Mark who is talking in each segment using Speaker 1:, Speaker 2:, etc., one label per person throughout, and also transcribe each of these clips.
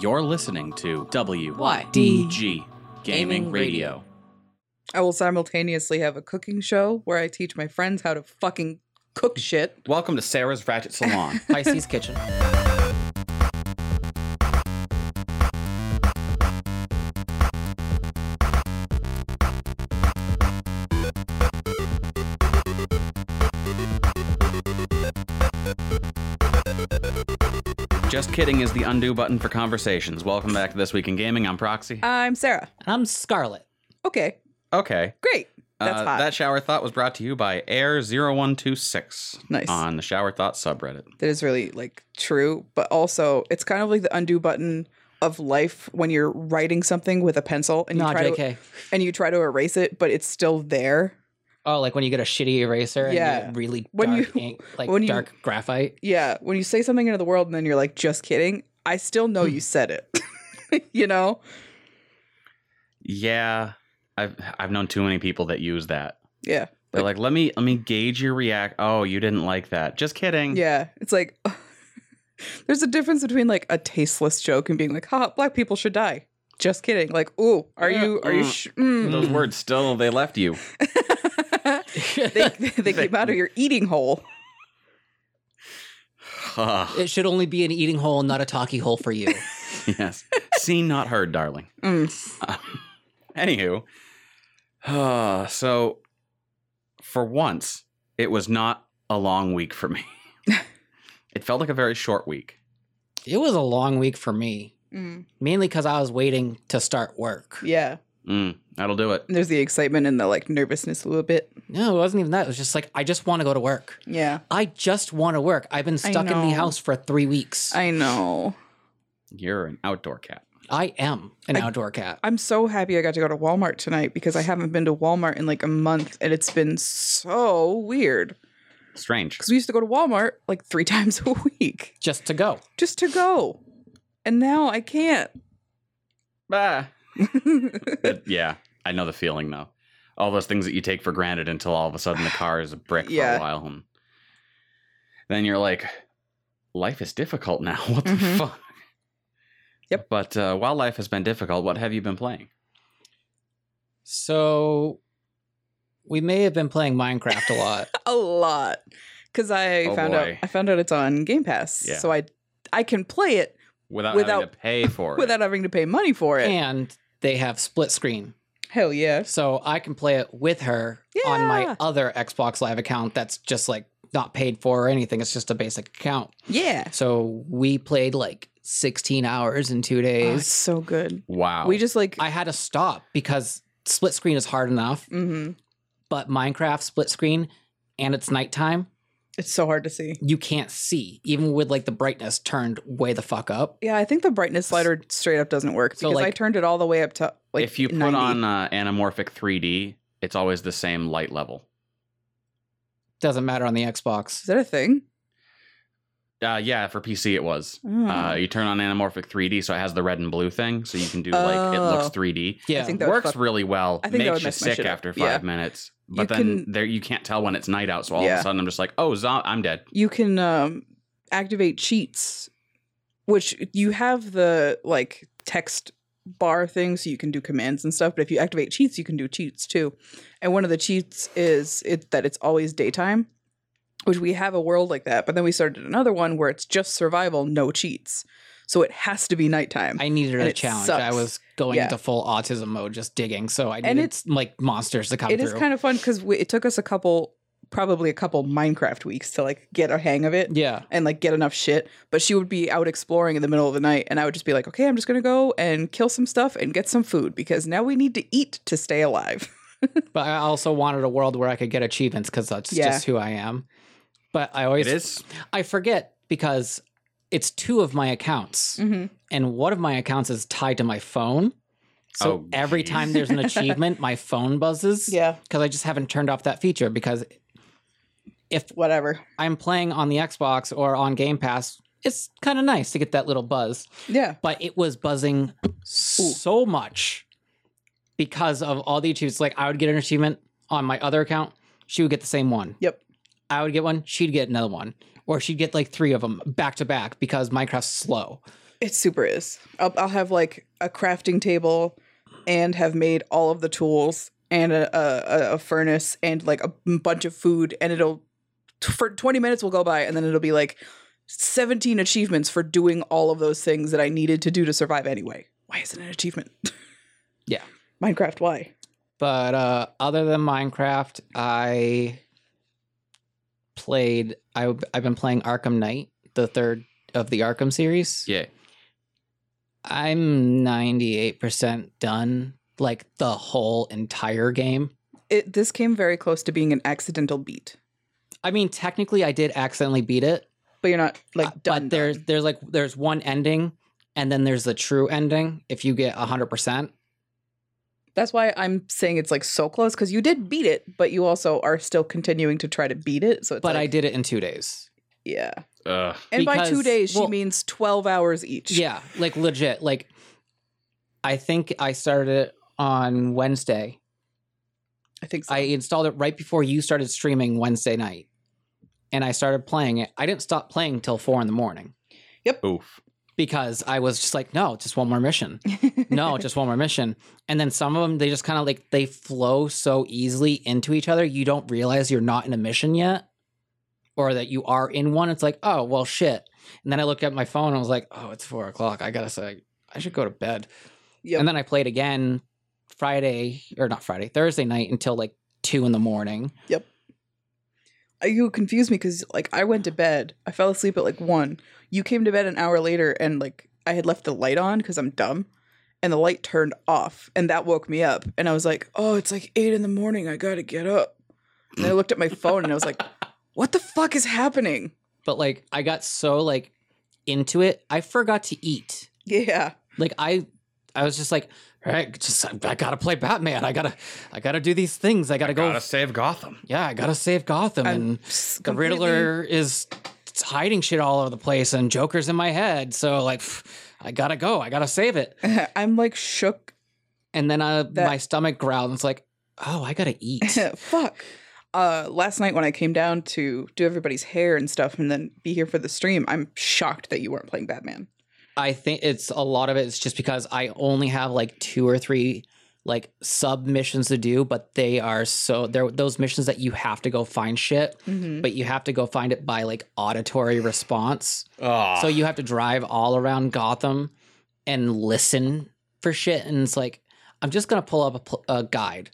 Speaker 1: You're listening to
Speaker 2: Why?
Speaker 1: WDG Gaming
Speaker 2: Gaming
Speaker 1: Radio.
Speaker 2: Radio.
Speaker 3: I will simultaneously have a cooking show where I teach my friends how to fucking cook shit.
Speaker 1: Welcome to Sarah's Ratchet Salon.
Speaker 2: Pisces Kitchen.
Speaker 1: Just kidding is the undo button for conversations. Welcome back to This Week in Gaming. I'm
Speaker 2: Uh,
Speaker 1: Proxy.
Speaker 3: I'm Sarah.
Speaker 2: I'm Scarlet.
Speaker 3: Okay,
Speaker 1: Okay.
Speaker 3: great. That's
Speaker 1: Uh,
Speaker 3: hot.
Speaker 1: That shower thought was brought to you by Air0126
Speaker 3: Nice.
Speaker 1: on the Shower Thought subreddit.
Speaker 3: that is really like true, but also it's kind of like the undo button of life when you're writing something with a pencil and you
Speaker 2: Nah,
Speaker 3: try to
Speaker 2: JK.
Speaker 3: and you try to erase it, but it's still there.
Speaker 2: Oh, like when you get a shitty eraser and
Speaker 3: Yeah.
Speaker 2: you get really
Speaker 3: When
Speaker 2: dark
Speaker 3: you-
Speaker 2: ink, like
Speaker 3: when you-
Speaker 2: dark graphite.
Speaker 3: Yeah, when you say something into the world and then you're like, just kidding, I still know
Speaker 1: Hmm.
Speaker 3: you said it. you know?
Speaker 1: Yeah. I've I've known too many people that use that.
Speaker 3: Yeah.
Speaker 1: They're like, let me let me gauge your react. Oh, you didn't like that. Just kidding.
Speaker 3: Yeah. It's like there's a difference between like a tasteless joke and being like, ha, black people should die. Just kidding. Like, ooh, are
Speaker 1: Yeah,
Speaker 3: you are you
Speaker 1: mm.
Speaker 3: sh- mm.
Speaker 1: Those words still they left you. Mm.
Speaker 3: they they came out of your eating hole.
Speaker 2: it should only be an eating hole, not a talkie hole for you.
Speaker 1: yes. Seen not heard, darling.
Speaker 3: Mm.
Speaker 1: Anywho, uh, so for once, it was not a long week for me. it felt like a very short week.
Speaker 2: it was a long week for me,
Speaker 3: Mm.
Speaker 2: mainly because I was waiting to start work.
Speaker 3: Yeah.
Speaker 1: Mm, that'll do it.
Speaker 3: And there's the excitement and the like nervousness a little bit.
Speaker 2: No, it wasn't even that. It was just like I just want to go to work.
Speaker 3: Yeah.
Speaker 2: I just want to work. I've been
Speaker 3: I
Speaker 2: stuck in
Speaker 3: know.
Speaker 2: the house for three weeks. I,
Speaker 3: I know.
Speaker 1: You're an outdoor cat.
Speaker 2: am an
Speaker 3: I-
Speaker 2: outdoor cat.
Speaker 3: I'm so happy I got to go to Walmart tonight because I haven't been to Walmart in like a month and it's been so weird.
Speaker 1: Strange.
Speaker 3: Because we used to go to Walmart like three times a week
Speaker 2: just to go.
Speaker 3: just to go. And now I can't.
Speaker 1: Ah. But yeah, I know the feeling though. All those things that you take for granted until all of a sudden the car is a brick for
Speaker 3: Yeah.
Speaker 1: a while, and then you're like, life is difficult now. What the
Speaker 3: Mhm.
Speaker 1: fuck?
Speaker 3: Yep.
Speaker 1: But uh, while life has been difficult, what have you been playing?
Speaker 2: So we may have been playing Minecraft a lot.
Speaker 3: a lot because I
Speaker 1: Oh,
Speaker 3: found out
Speaker 1: boy.
Speaker 3: I found out it's on Game Pass,
Speaker 1: Yeah.
Speaker 3: so I I can play it
Speaker 1: without, having
Speaker 3: Without-
Speaker 1: to pay for it.
Speaker 3: without having to pay money for it.
Speaker 2: and they have split screen.
Speaker 3: Hell yeah!
Speaker 2: So I can play it with her on my
Speaker 3: Yeah.
Speaker 2: other Xbox Live account that's just like not paid for or anything. It's just a basic account.
Speaker 3: Yeah,
Speaker 2: So we played like 16 hours in two
Speaker 3: Oh,
Speaker 2: days.
Speaker 3: it's so good.
Speaker 1: wow.
Speaker 3: We just like
Speaker 2: I had to stop because split screen is hard enough,
Speaker 3: mhm.
Speaker 2: but Minecraft split screen and it's nighttime,
Speaker 3: it's so hard to see.
Speaker 2: you can't see, even with like the brightness turned way the fuck up.
Speaker 3: Yeah, I think the brightness slider straight up doesn't work
Speaker 2: So,
Speaker 3: because I
Speaker 2: like-
Speaker 3: turned it all the way up to like
Speaker 1: if you put
Speaker 3: 90.
Speaker 1: on uh, anamorphic 3D, it's always the same light level.
Speaker 2: Doesn't matter on the
Speaker 3: is
Speaker 2: Xbox.
Speaker 3: that a thing?
Speaker 1: Uh, yeah, for PC it was.
Speaker 3: Oh.
Speaker 1: Uh, you turn on anamorphic 3D, so it has the red and blue thing, so you can do like it looks
Speaker 3: Oh.
Speaker 1: 3D.
Speaker 2: Yeah.
Speaker 3: think that would
Speaker 1: Works
Speaker 3: fuck-
Speaker 1: really well.
Speaker 3: I think that
Speaker 1: Makes
Speaker 3: would
Speaker 1: you
Speaker 3: mess my
Speaker 1: sick
Speaker 3: shit up.
Speaker 1: after five
Speaker 3: Yeah.
Speaker 1: minutes, but
Speaker 3: You
Speaker 1: then
Speaker 3: can-
Speaker 1: there you can't tell when it's night out. So all of
Speaker 3: Yeah.
Speaker 1: a sudden, I'm just like, oh, zo- I'm dead.
Speaker 3: you can um, activate cheats, which you have the like text bar thing, so you can do commands and stuff. But if you activate cheats, you can do cheats too. And one of the cheats is it that it's always daytime, which we have a world like that. But then we started another one where it's just survival, no cheats, so it has to be nighttime.
Speaker 2: I needed
Speaker 3: And
Speaker 2: a
Speaker 3: it
Speaker 2: challenge.
Speaker 3: sucks.
Speaker 2: I was going
Speaker 3: Yeah.
Speaker 2: into full autism mode, just digging. So I
Speaker 3: And
Speaker 2: needed
Speaker 3: it's-
Speaker 2: like monsters to come
Speaker 3: It
Speaker 2: through.
Speaker 3: is kind of fun because it took us a couple, probably a couple Minecraft weeks to like get a hang of it.
Speaker 2: yeah.
Speaker 3: and like get enough shit. But she would be out exploring in the middle of the night, and I would just be like, okay, I'm just gonna go and kill some stuff and get some food because now we need to eat to stay alive.
Speaker 2: But I also wanted a world where I could get achievements because that's
Speaker 3: Yeah.
Speaker 2: just who I am. But I
Speaker 1: It
Speaker 2: always
Speaker 1: is.
Speaker 2: I forget because it's two of my accounts,
Speaker 3: Mm-hmm.
Speaker 2: and one of my accounts is tied to my phone. So
Speaker 1: Oh,
Speaker 2: every
Speaker 1: geez.
Speaker 2: time there's an achievement, my phone buzzes.
Speaker 3: Yeah,
Speaker 2: Because I just haven't turned off that feature. Because if
Speaker 3: whatever.
Speaker 2: I'm playing on the Xbox or on Game Pass, it's kind of nice to get that little buzz.
Speaker 3: Yeah,
Speaker 2: But it was buzzing so much because of all the achievements. Like I would get an achievement on my other account, she would get the same one.
Speaker 3: yep.
Speaker 2: I would get one, she'd get another one, or she'd get like three of them back to back because Minecraft's slow.
Speaker 3: It super is. I'll, I'll have like a crafting table and have made all of the tools and a, a, a- a furnace and like a m- bunch of food. And it'll, t- for 20 minutes will go by and then it'll be like 17 achievements for doing all of those things that I needed to do to survive anyway. Why isn't it an achievement?
Speaker 2: Yeah.
Speaker 3: Minecraft, why?
Speaker 2: But uh, other than Minecraft, I played. I, I've been playing Arkham Knight, the third of the Arkham series.
Speaker 1: Yeah.
Speaker 2: I'm 98% done, like the whole entire game.
Speaker 3: It, this came very close to being an accidental beat,
Speaker 2: I mean, technically, I did accidentally beat it,
Speaker 3: but you're not
Speaker 2: uh,
Speaker 3: like done.
Speaker 2: But there's
Speaker 3: done.
Speaker 2: there's like there's one ending, and then there's the true ending. If you get 100%,
Speaker 3: That's why I'm saying it's like so close because you did beat it, but you also are still continuing to try to beat it. So it's
Speaker 2: but I
Speaker 3: like,
Speaker 2: did it in two days.
Speaker 3: yeah.
Speaker 1: Ugh.
Speaker 3: And by two
Speaker 2: Because-
Speaker 3: days,
Speaker 2: well-
Speaker 3: she means 12 hours each.
Speaker 2: Yeah, like legit. Like, I think I started it on Wednesday.
Speaker 3: I think so.
Speaker 2: I installed it right before you started streaming Wednesday night, and I started playing it. I didn't stop playing till four in the morning
Speaker 1: Oof.
Speaker 2: because I was just like, no, just one more mission. No, just one more mission. And then some of them, they just kind of like they flow so easily into each other. You don't realize you're not in a mission yet, or that you are in one. It's like, oh well, shit. And then I looked at my phone. and I was like, oh, it's four o'clock. I gotta say, I should go to bed.
Speaker 3: Yep.
Speaker 2: And then I played again Friday or not Friday, Thursday night until like two in the morning.
Speaker 3: Uh, you confused me because, like, I went to bed. I fell asleep at like one. You came to bed an hour later, and like, I had left the light on because I'm dumb, and the light turned off, and that woke me up. And I was like, oh, it's like eight in the morning. I gotta get up. And I looked at my phone, and I was like, what the fuck is happening?
Speaker 2: But like I got so like into it, I forgot to eat.
Speaker 3: Yeah.
Speaker 2: Like I I was just like, all right, just I, I gotta play Batman. I gotta I gotta do these things. I gotta go
Speaker 1: Gotta save Gotham.
Speaker 2: Yeah, I gotta save Gotham
Speaker 3: I'm
Speaker 2: and
Speaker 3: s-
Speaker 2: the
Speaker 3: completely-
Speaker 2: Riddler is hiding shit all over the place and Joker's in my head. So like pff, I gotta go. I gotta save it.
Speaker 3: I'm like shook
Speaker 2: And then uh,
Speaker 3: That-
Speaker 2: my stomach growled and it's like, oh, I gotta eat.
Speaker 3: Fuck. Uh, last night when I came down to do everybody's hair and stuff, and then be here for the stream, I'm shocked that you weren't playing Batman.
Speaker 2: I think it's a lot of it is just because I only have like two or three like sub missions to do, but they are so they're those missions that you have to go find shit,
Speaker 3: Mm-hmm.
Speaker 2: but you have to go find it by like auditory response.
Speaker 1: Oh.
Speaker 2: So you have to drive all around Gotham and listen for shit, and it's like I'm just gonna pull up a, pl- a guide.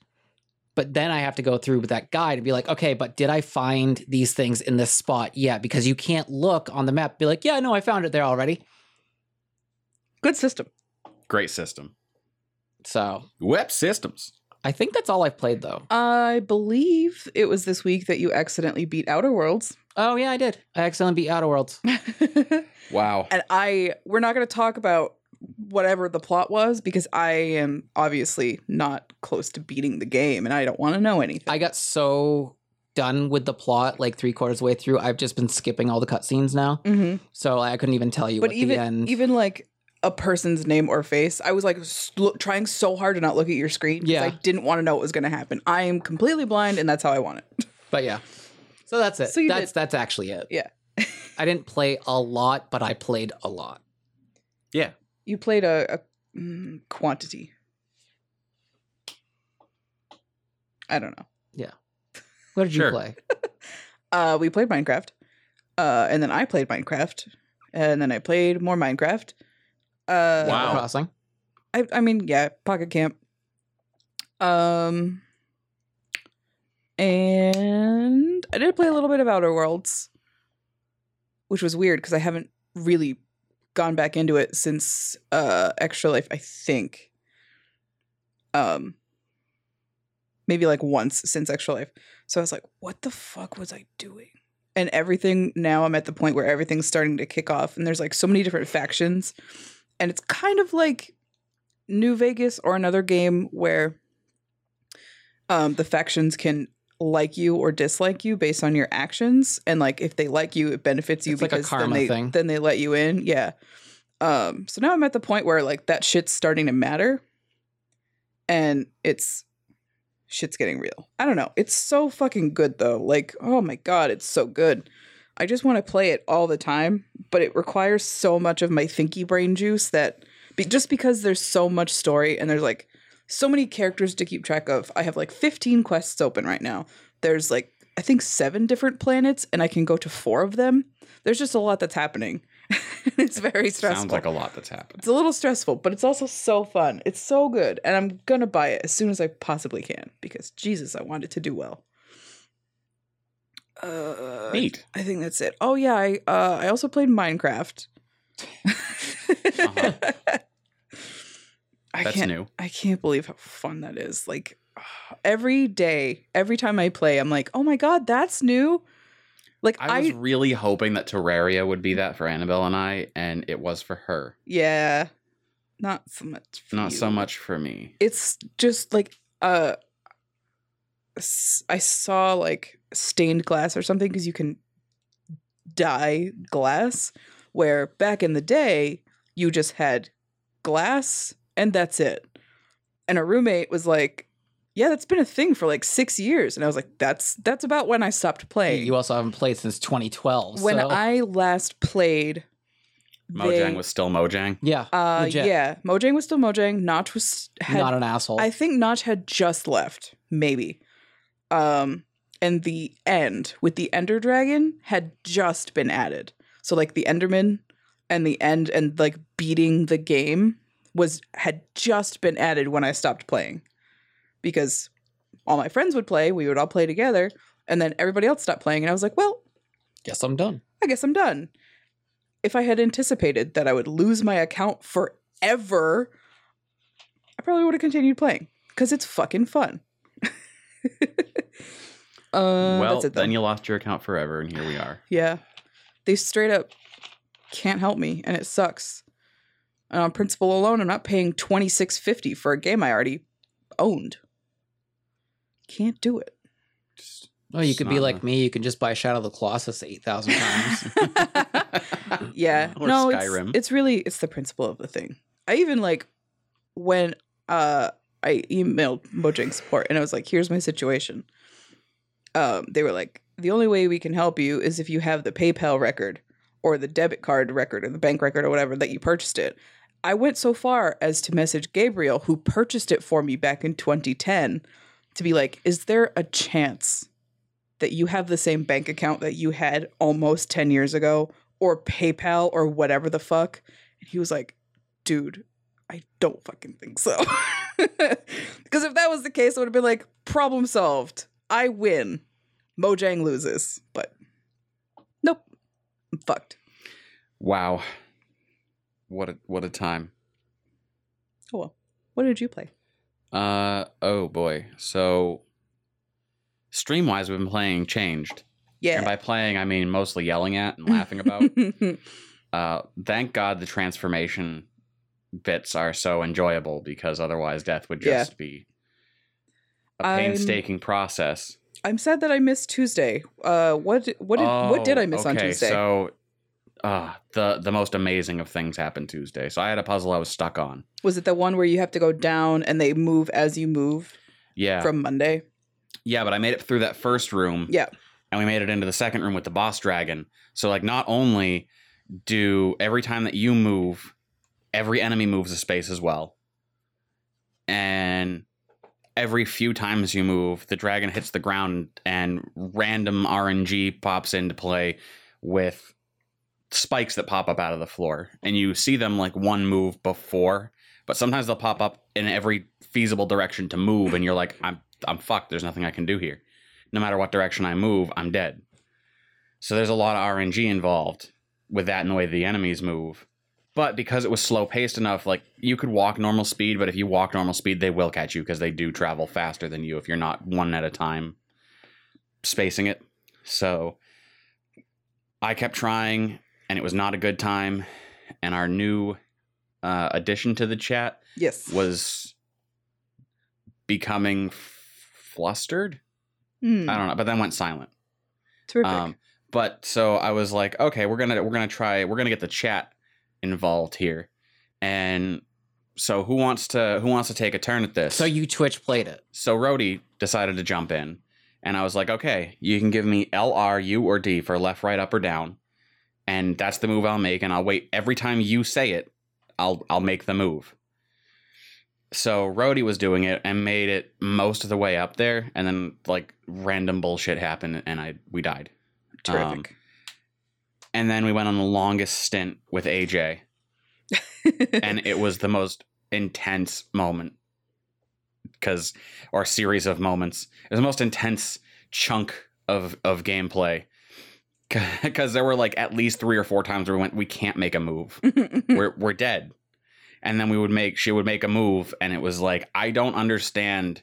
Speaker 2: But then I have to go through with that guide and be like, okay, but did I find these things in this spot? Yeah, because you can't look on the map. Be like, yeah, no, I found it there already.
Speaker 3: Good system.
Speaker 1: great system.
Speaker 2: So
Speaker 1: Web systems.
Speaker 2: I think that's all I've played though.
Speaker 3: I believe it was this week that you accidentally beat Outer Worlds.
Speaker 2: Oh yeah, I did. I accidentally beat Outer Worlds.
Speaker 3: and
Speaker 1: Wow.
Speaker 3: I, we're not going to talk about whatever the plot was because I am obviously not close to beating the game and I don't want to know anything.
Speaker 2: I got so done with the plot like three quarters way through. I've just been skipping all the cutscenes now,
Speaker 3: Mm-hmm.
Speaker 2: so I couldn't even tell you
Speaker 3: but
Speaker 2: what
Speaker 3: even
Speaker 2: the end.
Speaker 3: even like a person's name or face i was like s- look, trying so hard to not look at your screen 'cause
Speaker 2: Yeah.
Speaker 3: i didn't want to know what was going to happen i am completely blind and that's how i want it
Speaker 2: but yeah, so that's it.
Speaker 3: So you
Speaker 2: that's
Speaker 3: did-
Speaker 2: that's actually it.
Speaker 3: Yeah.
Speaker 2: I didn't play a lot, but I played a lot.
Speaker 1: Yeah.
Speaker 3: you played a, a mm, quantity i don't know
Speaker 2: What did
Speaker 1: Sure.
Speaker 2: you play?
Speaker 3: uh we played minecraft uh and then i played minecraft and then i played more minecraft uh
Speaker 1: Wow.
Speaker 2: Crossing.
Speaker 3: I, I mean, yeah, Pocket Camp. Um, and I did play a little bit of Outer Worlds, which was weird because I haven't really gone back into it since uh Extra Life, I think. Um, maybe like once since Extra Life. So I was like, what the fuck was I doing? And everything now I'm at the point where everything's starting to kick off, and there's like so many different factions, and it's kind of like New Vegas or another game where um, the factions can like you or dislike you based on your actions, and like if they like you, it benefits you
Speaker 2: It's like a
Speaker 3: because
Speaker 2: karma
Speaker 3: then they
Speaker 2: thing.
Speaker 3: then they let you in. Yeah. Um. So now I'm at the point where like that shit's starting to matter, and it's shit's getting real. I don't know. It's so fucking good though. Like, oh my god, it's so good. I just want to play it all the time, but it requires so much of my thinky brain juice that be, just because there's so much story and there's like so many characters to keep track of, I have like 15 quests open right now. There's like, I think seven different planets, and I can go to four of them. There's just a lot that's happening. it's very stressful.
Speaker 1: Sounds like a lot that's happened.
Speaker 3: It's a little stressful, but it's also so fun. It's so good, and I'm gonna buy it as soon as I possibly can because Jesus, I want it to do well. Uh,
Speaker 1: Neat.
Speaker 3: I think that's it. Oh yeah, I uh, I also played Minecraft. I
Speaker 1: Uh-huh. That's
Speaker 3: can't.
Speaker 1: new.
Speaker 3: I can't believe how fun that is. Like every day, every time I play, I'm like, oh my god, that's new. Like
Speaker 1: I was
Speaker 3: I
Speaker 1: really hoping that Terraria would be that for Annabelle and I, and it was for her.
Speaker 3: yeah, not so much. for
Speaker 1: Not so
Speaker 3: you.
Speaker 1: much for me.
Speaker 3: it's just like uh s- i saw like stained glass or something because you can dye glass where back in the day you just had glass and that's it and a roommate was like yeah that's been a thing for like six years and i was like that's that's about when i stopped playing
Speaker 2: You also haven't played since 2012.
Speaker 3: when
Speaker 2: so-
Speaker 3: i last played
Speaker 1: Mojang
Speaker 3: they-
Speaker 1: was still Mojang.
Speaker 2: yeah,
Speaker 3: uh
Speaker 2: legit.
Speaker 3: yeah mojang was still mojang notch was had
Speaker 2: not an asshole.
Speaker 3: I think Notch had just left, maybe. Um, and the end with the Ender Dragon had just been added. So like the Enderman and the end and like beating the game was had just been added when I stopped playing. Because all my friends would play, we would all play together, and then everybody else stopped playing, and I was like, well,
Speaker 2: Guess I'm done.
Speaker 3: I guess I'm done. If I had anticipated that I would lose my account forever, I probably would have continued playing because it's fucking fun. uh,
Speaker 1: well,
Speaker 3: that's it,
Speaker 1: then
Speaker 3: then.
Speaker 1: you lost your account forever, and here we are.
Speaker 3: Yeah. They straight up can't help me, and it sucks. And on principle alone, I'm not paying twenty six fifty for a game I already owned. Can't do it.
Speaker 1: Just-
Speaker 2: Oh, you
Speaker 1: It's
Speaker 2: could be
Speaker 1: not
Speaker 2: like
Speaker 1: enough.
Speaker 2: me. You can just buy Shadow of the Colossus 8,000 times.
Speaker 3: yeah
Speaker 1: Or
Speaker 3: no
Speaker 1: Skyrim.
Speaker 3: It's, it's really it's the principle of the thing i even like when uh i emailed mojang support and i was like here's my situation um they were like the only way we can help you is if you have the paypal record or the debit card record or the bank record or whatever that you purchased it i went so far as to message gabriel who purchased it for me back in 2010 to be like is there a chance that you have the same bank account that you had almost 10 years ago or PayPal or whatever the fuck. And he was like, dude, I don't fucking think so. Because if that was the case, I would have been like, problem solved. I win. Mojang loses. But nope. I'm fucked.
Speaker 1: wow, what a what a time.
Speaker 3: Oh well. What did you play?
Speaker 1: Uh oh boy. So stream wise, we've been playing Changed, and
Speaker 3: Yeah.
Speaker 1: by playing I mean mostly yelling at and laughing about. uh, thank God the transformation bits are so enjoyable because otherwise death would
Speaker 3: Yeah.
Speaker 1: just be a
Speaker 3: I'm-
Speaker 1: painstaking process.
Speaker 3: I'm sad that I missed Tuesday. Uh, what what did what did
Speaker 1: Oh,
Speaker 3: I miss on
Speaker 1: okay,
Speaker 3: Tuesday?
Speaker 1: So uh, the the most amazing of things happened Tuesday. So I had a puzzle I was stuck on.
Speaker 3: was it the one where you have to go down and they move as you move
Speaker 1: Yeah.
Speaker 3: from Monday?
Speaker 1: Yeah, but I made it through that first room.
Speaker 3: Yeah.
Speaker 1: And we made it into the second room with the boss dragon. So like not only do every time that you move, every enemy moves a space as well. And every few times you move, the dragon hits the ground and random RNG pops into play with spikes that pop up out of the floor. And you see them like one move before, but sometimes they'll pop up in every feasible direction to move and you're like I'm I'm fucked. There's nothing I can do here. No matter what direction I move, I'm dead. So there's a lot of RNG involved with that and the way the enemies move. But because it was slow paced enough, like you could walk normal speed, but if you walk normal speed, they will catch you because they do travel faster than you if you're not one at a time spacing it. So I kept trying, and it was not a good time. And our new uh, addition to the chat
Speaker 3: Yes.
Speaker 1: was becoming f- flustered.
Speaker 3: Hmm,
Speaker 1: I don't know, but then went silent.
Speaker 3: terrific.
Speaker 1: Um, but so I was like, okay, we're gonna we're gonna try we're gonna get the chat involved here, and so who wants to who wants to take a turn at this?
Speaker 2: so you Twitch played it.
Speaker 1: so Rhodey decided to jump in, And I was like, okay, you can give me L, R, U, or D for left, right, up, or down. And that's the move I'll make. And I'll wait every time you say it, I'll, I'll make the move. So Rhodey was doing it and made it most of the way up there. And then like random bullshit happened and I, we died. Um,
Speaker 3: Terrific.
Speaker 1: And then we went on the longest stint with AJ. and it was the most intense moment because or series of moments it was the most intense chunk of of gameplay because there were like at least three or four times where we went we can't make a move we're, we're dead and then we would make she would make a move and it was like i don't understand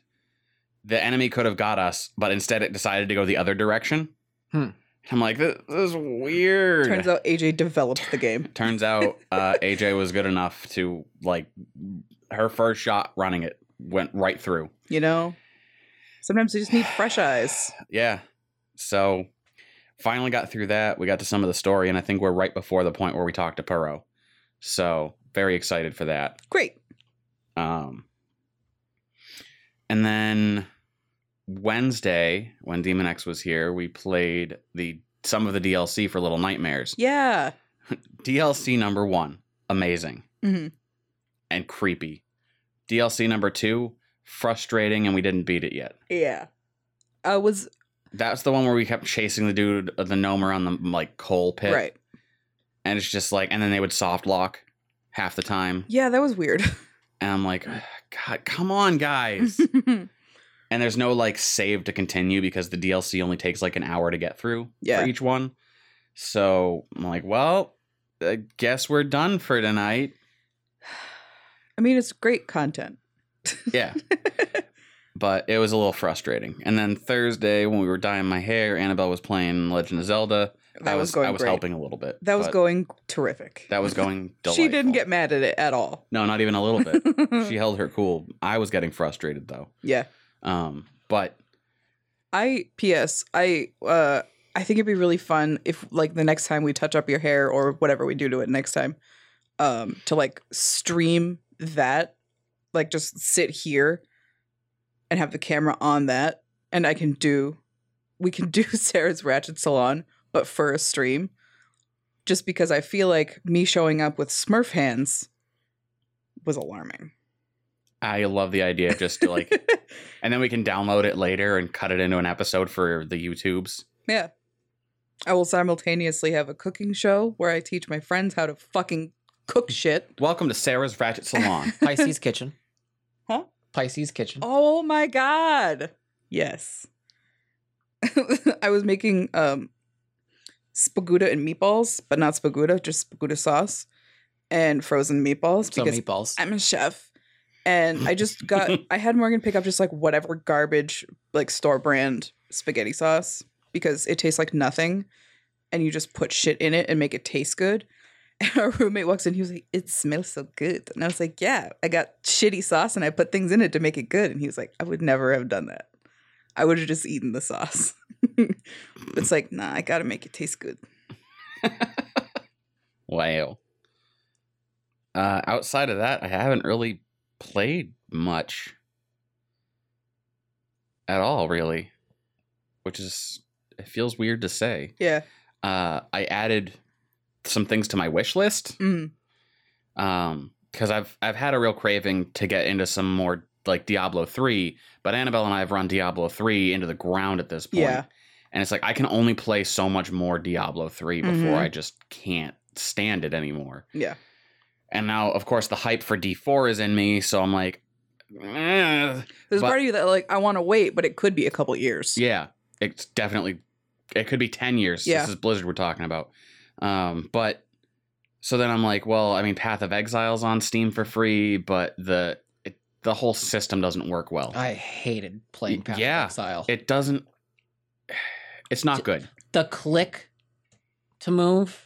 Speaker 1: the enemy could have got us but instead it decided to go the other direction
Speaker 2: Hmm.
Speaker 1: i'm like this, this is weird
Speaker 3: Turns out AJ developed the game.
Speaker 1: Turns out uh, AJ was good enough to like her first shot running it went right through.
Speaker 3: You know, sometimes you just need fresh eyes.
Speaker 1: Yeah. So finally got through that. We got to some of the story, and I think we're right before the point where we talked to Perro. So very excited for that.
Speaker 3: Great.
Speaker 1: Um, and then Wednesday, when Demon X was here, we played the some of the DLC for Little Nightmares.
Speaker 3: Yeah.
Speaker 1: DLC number one, amazing.
Speaker 3: hmm
Speaker 1: and creepy. DLC number two, frustrating, and we didn't beat it yet.
Speaker 3: Yeah. I was
Speaker 1: That's the one where we kept chasing the dude, uh, the gnome around the like coal pit,
Speaker 3: right.
Speaker 1: And it's just like, and then they would soft lock half the time,
Speaker 3: Yeah, that was weird.
Speaker 1: and I'm like, "Ugh, God, come on, guys. and there's no like save to continue because the DLC only takes like an hour to get through
Speaker 3: Yeah.
Speaker 1: for each one. So I'm like, well, I guess we're done for tonight.
Speaker 3: I mean, it's great content.
Speaker 1: Yeah. but it was a little frustrating. And then Thursday, when we were dyeing my hair, Annabelle was playing Legend of Zelda.
Speaker 3: That,
Speaker 1: I
Speaker 3: was, going
Speaker 1: I was
Speaker 3: great.
Speaker 1: helping a little bit.
Speaker 3: That was
Speaker 1: but
Speaker 3: going terrific.
Speaker 1: That was going.
Speaker 3: she didn't
Speaker 1: delightful.
Speaker 3: get mad at it at all.
Speaker 1: No, not even a little bit. she held her cool. I was getting frustrated though.
Speaker 3: yeah.
Speaker 1: Um, but
Speaker 3: I PS I uh I think it'd be really fun if like the next time we touch up your hair or whatever we do to it next time um to like stream that like just sit here and have the camera on that and I can do we can do Sarah's ratchet salon but for a stream just because I feel like me showing up with smurf hands was alarming.
Speaker 1: I love the idea of just like, and then we can download it later and cut it into an episode for the YouTubes.
Speaker 3: Yeah. I will simultaneously have a cooking show where I teach my friends how to fucking cook shit.
Speaker 1: Welcome to Sarah's Ratchet Salon.
Speaker 2: Pisces Kitchen.
Speaker 3: Huh?
Speaker 2: Pisces Kitchen.
Speaker 3: Oh my god. Yes. I was making um spaguda and meatballs, but not spaguda, just spaguda sauce and frozen meatballs
Speaker 2: So
Speaker 3: because
Speaker 2: meatballs.
Speaker 3: I'm a chef. And I just got I had Morgan pick up just like whatever garbage like store brand spaghetti sauce because it tastes like nothing and you just put shit in it and make it taste good. And our roommate walks in, he was like, It smells so good. And I was like, Yeah, I got shitty sauce and I put things in it to make it good. And he was like, I would never have done that. I would have just eaten the sauce. it's like, nah, I gotta make it taste good.
Speaker 1: Wow. Uh, outside of that, I haven't really played much at all, really, which is it feels weird to say.
Speaker 3: Yeah.
Speaker 1: Uh, I added some things to my wish list
Speaker 3: Mm.
Speaker 1: um, because I've I've had a real craving to get into some more like Diablo three, but Annabelle and I have run Diablo three into the ground at this point.
Speaker 3: Yeah.
Speaker 1: And it's like I can only play so much more Diablo 3 before
Speaker 3: Mhm.
Speaker 1: I just can't stand it anymore.
Speaker 3: Yeah.
Speaker 1: And now, of course, the hype for D4 is in me, so I'm like, eh. But-
Speaker 3: There's part of you that like I wanna wait, but it could be a couple years.
Speaker 1: yeah, it's definitely, it could be 10 years.
Speaker 3: Yeah.
Speaker 1: This is Blizzard we're talking about. Um, but so then I'm like, well, I mean, Path of Exile's on Steam for free, but the it, the whole system doesn't work well.
Speaker 2: I hated playing Path
Speaker 1: Yeah.
Speaker 2: of Exile.
Speaker 1: it doesn't. It's not good.
Speaker 2: the click to move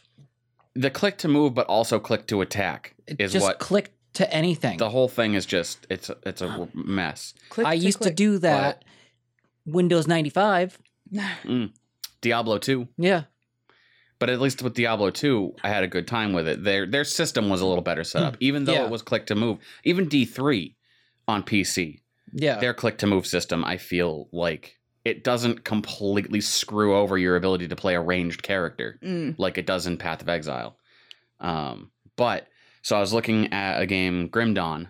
Speaker 1: The click to move, but also click to attack
Speaker 2: it
Speaker 1: is
Speaker 2: just
Speaker 1: what
Speaker 2: click to anything.
Speaker 1: the whole thing is just it's it's a mess.
Speaker 3: Click
Speaker 2: I used to
Speaker 3: click.
Speaker 2: do that. Windows 95.
Speaker 1: Diablo 2,
Speaker 2: Yeah.
Speaker 1: but at least with Diablo 2, I had a good time with it. Their their system was a little better set up, even though
Speaker 2: Yeah.
Speaker 1: it was click to move. Even D3 on PC,
Speaker 2: Yeah.
Speaker 1: their click to move system, I feel like it doesn't completely screw over your ability to play a ranged character
Speaker 3: Mm.
Speaker 1: like it does in Path of Exile. Um, but so I was looking at a game Grim Dawn,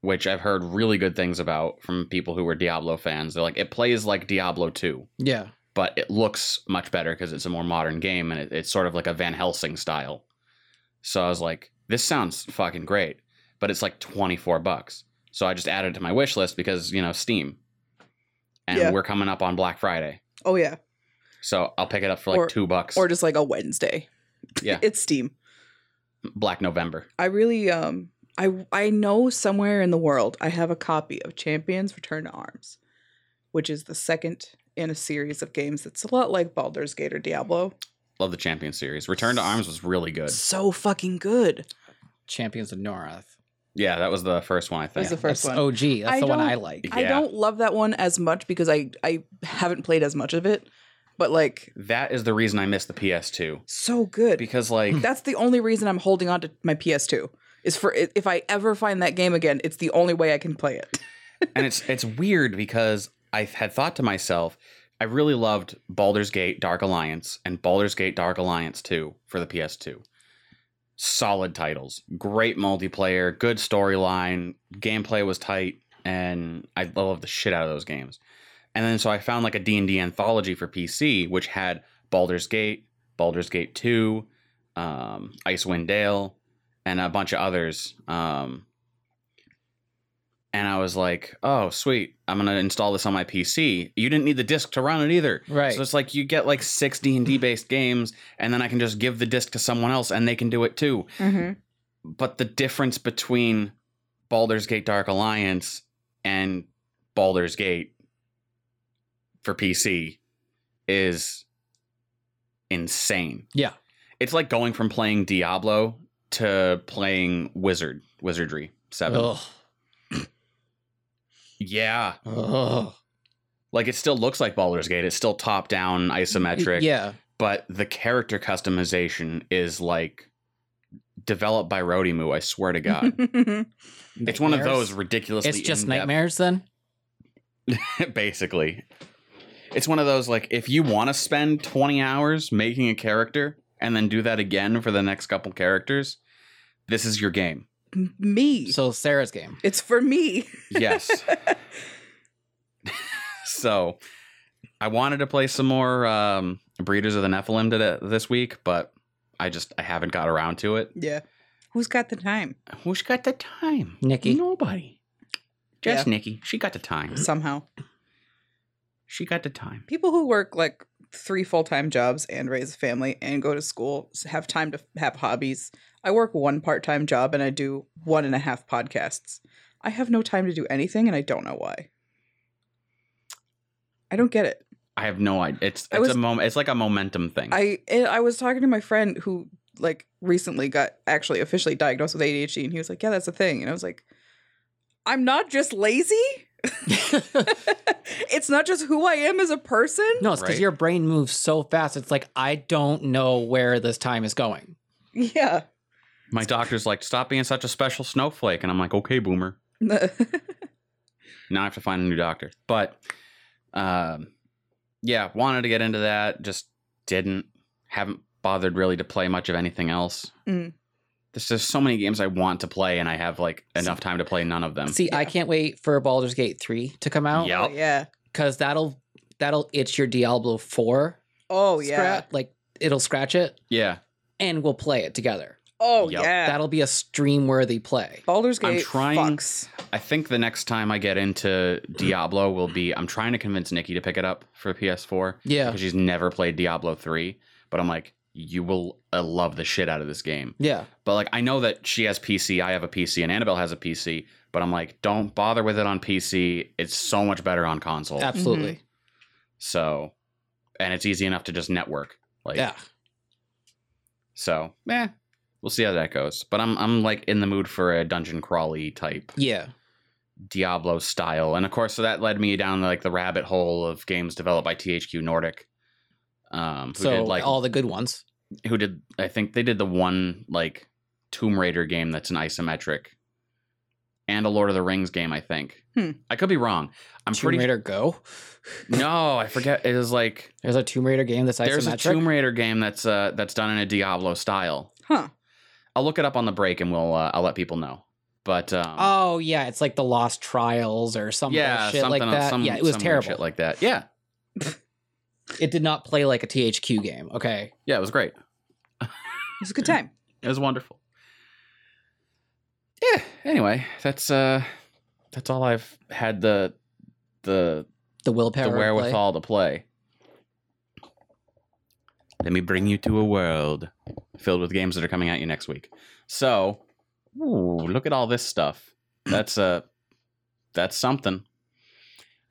Speaker 1: which I've heard really good things about from people who were Diablo fans. They're like it plays like Diablo 2,
Speaker 2: Yeah.
Speaker 1: but it looks much better because it's a more modern game and it, it's sort of like a Van Helsing style. So I was like, this sounds fucking great, but it's like 24 bucks. So I just added it to my wish list because, you know, Steam. And
Speaker 3: Yeah.
Speaker 1: we're coming up on Black Friday.
Speaker 3: Oh yeah,
Speaker 1: So I'll pick it up for like
Speaker 3: Or-
Speaker 1: 2 bucks
Speaker 3: or just like a Wednesday.
Speaker 1: Yeah.
Speaker 3: it's Steam.
Speaker 1: Black November.
Speaker 3: I really um I I know somewhere in the world I have a copy of Champions Return to Arms, which is the second in a series of games that's a lot like Baldur's Gate or Diablo.
Speaker 1: Love the Champion series. Return to Arms was really good.
Speaker 3: So fucking good.
Speaker 2: Champions of Norath.
Speaker 1: Yeah, that was the first one I
Speaker 3: That was
Speaker 1: think.
Speaker 3: the first
Speaker 2: That's
Speaker 3: one.
Speaker 2: OG. That's
Speaker 3: I
Speaker 2: the one
Speaker 3: don't-
Speaker 2: I like.
Speaker 3: I
Speaker 1: Yeah.
Speaker 3: don't love that one as much because I I haven't played as much of it, but like
Speaker 1: that is the reason I missed the PS2
Speaker 3: so good.
Speaker 1: because like
Speaker 3: that's the only reason I'm holding on to my PS2 is for if I ever find that game again, it's the only way I can play it.
Speaker 1: and it's it's weird because I had thought to myself, I really loved Baldur's Gate Dark Alliance and Baldur's Gate Dark Alliance 2 for the PS2. Solid titles, great multiplayer, good storyline, gameplay was tight, and I loved the shit out of those games. And then so I found like a D&D anthology for PC which had Baldur's Gate, Baldur's Gate 2, um, Icewind Dale, and a bunch of others. Um, and I was like, "Oh, sweet! I'm gonna install this on my PC." You didn't need the disc to run it either,
Speaker 2: Right.
Speaker 1: So it's like you get like six D and D based games, and then I can just give the disc to someone else, and they can do it too. But the difference between Baldur's Gate Dark Alliance and Baldur's Gate for PC is insane.
Speaker 2: Yeah.
Speaker 1: It's like going from playing Diablo to playing Wizard Wizardry Seven.
Speaker 2: Ugh.
Speaker 1: Yeah.
Speaker 2: Ugh.
Speaker 1: Like it still looks like Baldur's Gate. It's still top down isometric,
Speaker 2: Yeah.
Speaker 1: but the character customization is like developed by Rodimu, I swear to god. it's one of
Speaker 2: Nightmares?
Speaker 1: those ridiculously
Speaker 2: It's just
Speaker 1: in-depth-
Speaker 2: nightmares then?
Speaker 1: basically. It's one of those like if you want to spend 20 hours making a character and then do that again for the next couple characters, this is your game.
Speaker 3: me.
Speaker 2: So Sarah's game.
Speaker 3: it's for me.
Speaker 1: Yes. so I wanted to play some more um, Breeders of the Nephilim today, this week, but I just I haven't got around to it.
Speaker 3: Yeah. Who's got the time?
Speaker 1: Who's got the time?
Speaker 2: Nikki.
Speaker 1: Nobody. Just Nikki. She got the time.
Speaker 3: Somehow.
Speaker 1: She got the time.
Speaker 3: People who work like three full time jobs and raise a family and go to school s- have time to have hobbies. I work one part time job and I do one and a half podcasts. I have no time to do anything and I don't know why. I don't get it.
Speaker 1: I have no idea. It's
Speaker 3: I
Speaker 1: it's
Speaker 3: was-
Speaker 1: a moment. It's like a momentum thing.
Speaker 3: I and I was talking to my friend who like recently got actually officially diagnosed with ADHD, and he was like, "Yeah, that's a thing." And I was like, "I'm not just lazy. it's not just who I am as a person.
Speaker 2: No, it's because
Speaker 1: Right.
Speaker 2: your brain moves so fast. It's like, I don't know where this time is going.
Speaker 3: Yeah,
Speaker 1: My doctor's like, stop being such a special snowflake, and I'm like, okay, boomer. Now I have to find a new doctor. But um yeah, wanted to get into that, just didn't. Haven't bothered really to play much of anything else.
Speaker 3: Mm.
Speaker 1: There's just so many games I want to play and I have like enough time to play none of them.
Speaker 2: See, I
Speaker 3: Yeah.
Speaker 2: can't wait for Baldur's Gate 3 to come out.
Speaker 1: Yep.
Speaker 3: oh yeah,
Speaker 2: Because that'll that'll itch your Diablo 4.
Speaker 3: oh yeah,
Speaker 2: scratch. Like it'll scratch it
Speaker 1: yeah.
Speaker 2: and we'll play it together.
Speaker 3: oh
Speaker 1: Yup.
Speaker 3: yeah." Oh.
Speaker 2: That'll be a stream worthy play.
Speaker 3: Baldur's
Speaker 1: I'm
Speaker 3: Gate
Speaker 1: trying-
Speaker 3: fucks.
Speaker 1: I think the next time I get into Diablo will be I'm trying to convince Nikki to pick it up for PS4
Speaker 2: Yeah.
Speaker 1: because she's never played Diablo 3, but I'm like you will uh, love the shit out of this game.
Speaker 2: Yeah.
Speaker 1: But like I know that she has PC, I have a PC, and Annabelle has a PC. But I'm like, don't bother with it on PC. It's so much better on console.
Speaker 2: Absolutely.
Speaker 1: So, and it's easy enough to just network. Like,
Speaker 2: Yeah.
Speaker 1: So, eh, we'll see how that goes. But I'm I'm like in the mood for a dungeon crawly type
Speaker 2: Yeah.
Speaker 1: Diablo style, and of course, so that led me down like the rabbit hole of games developed by THQ Nordic. Um, who
Speaker 2: So
Speaker 1: did like
Speaker 2: all the good ones.
Speaker 1: who did I think they did the one like Tomb Raider game that's an isometric, and a Lord of the Rings game. I think
Speaker 3: Hmm.
Speaker 1: I could be wrong. I'm
Speaker 2: Tomb
Speaker 1: pretty
Speaker 2: Raider Go.
Speaker 1: no. I forget. It is like
Speaker 2: There's a Tomb Raider game that's
Speaker 1: there's a
Speaker 2: isometric.
Speaker 1: Tomb Raider game that's uh that's done in a Diablo style.
Speaker 3: Huh.
Speaker 1: I'll look it up on the break and we'll uh, I'll let people know. But um,
Speaker 2: oh yeah, it's like the Lost Trials or some
Speaker 1: yeah,
Speaker 2: shit like
Speaker 1: something
Speaker 2: that.
Speaker 1: some,
Speaker 2: yeah, it was
Speaker 1: some weird
Speaker 2: terrible.
Speaker 1: shit like that. Yeah,
Speaker 2: it did not play like a THQ game. Okay,
Speaker 1: yeah, it was great.
Speaker 3: It's a good time.
Speaker 1: It was wonderful. Yeah. Anyway, that's uh that's all I've had the the
Speaker 2: the willpower.
Speaker 1: the
Speaker 2: to play.
Speaker 1: wherewithal to play. Let me bring you to a world filled with games that are coming at you next week. So, ooh, look at all this stuff. That's uh that's something.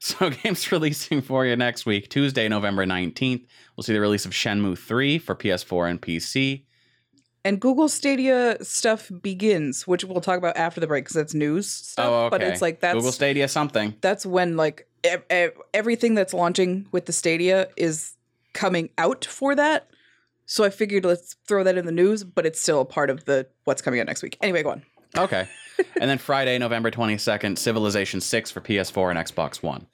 Speaker 1: So, games releasing for you next week, Tuesday, November 19th. We'll see the release of Shenmue 3 for PS4 and PC.
Speaker 3: And Google Stadia stuff begins, which we'll talk about after the break because that's news stuff.
Speaker 1: Oh,
Speaker 3: But
Speaker 1: okay.
Speaker 3: it's like that's
Speaker 1: Google Stadia something.
Speaker 3: that's when like ev- ev- everything that's launching with the Stadia is coming out for that. So I figured let's throw that in the news, but it's still a part of the what's coming out next week. Anyway, go on.
Speaker 1: Okay. and then Friday, November 22nd, Civilization 6 for PS4 and Xbox One.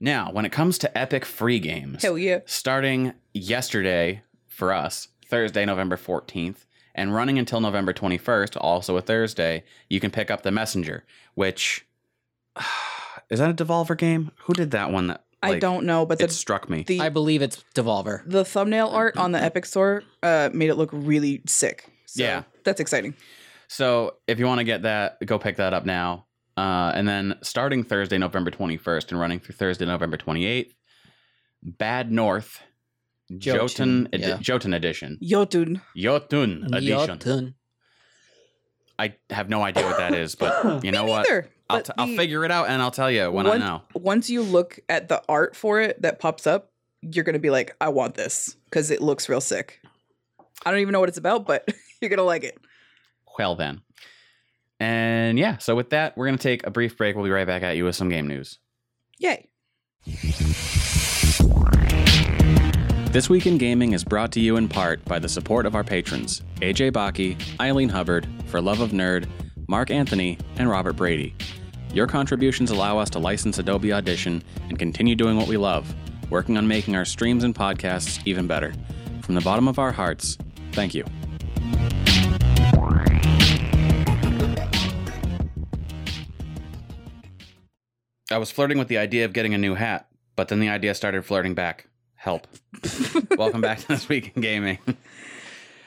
Speaker 1: Now, when it comes to Epic free games,
Speaker 3: Hell yeah.
Speaker 1: starting yesterday for us, Thursday, November 14th, and running until November 21st, also a Thursday, you can pick up The Messenger, which is that a Devolver game? Who did that one that
Speaker 3: I
Speaker 1: like,
Speaker 3: don't know, but
Speaker 1: it
Speaker 3: the
Speaker 1: struck me.
Speaker 3: the,
Speaker 2: I believe it's Devolver.
Speaker 3: the thumbnail art on the Epic Store uh, made it look really sick. So
Speaker 1: Yeah.
Speaker 3: that's exciting.
Speaker 1: So if you want to get that, go pick that up now. Uh, and then starting Thursday, November 21st, and running through Thursday, November 28th, Bad North Jotun
Speaker 2: Jotun,
Speaker 1: edi-
Speaker 2: yeah.
Speaker 1: Jotun Edition.
Speaker 3: Yo, dude.
Speaker 1: Jotun Edition.
Speaker 2: Jotun.
Speaker 1: I have no idea what that is, but you know what?
Speaker 3: Neither.
Speaker 1: I'll,
Speaker 3: But
Speaker 1: t- I'll
Speaker 3: the-
Speaker 1: figure it out and I'll tell you when I
Speaker 3: Once-
Speaker 1: know.
Speaker 3: Once you look at the art for it that pops up, you're going to be like, I want this because it looks real sick. I don't even know what it's about, but you're going to like it.
Speaker 1: Well, then. And yeah, so with that, we're going to take a brief break. We'll be right back at you with some game news.
Speaker 3: Yay.
Speaker 1: This Week in Gaming is brought to you in part by the support of our patrons AJ Baki, Eileen Hubbard, For Love of Nerd, Mark Anthony, and Robert Brady. Your contributions allow us to license Adobe Audition and continue doing what we love, working on making our streams and podcasts even better. From the bottom of our hearts, thank you. I was flirting with the idea of getting a new hat, but then the idea started flirting back. Help. Welcome back to This Week in Gaming.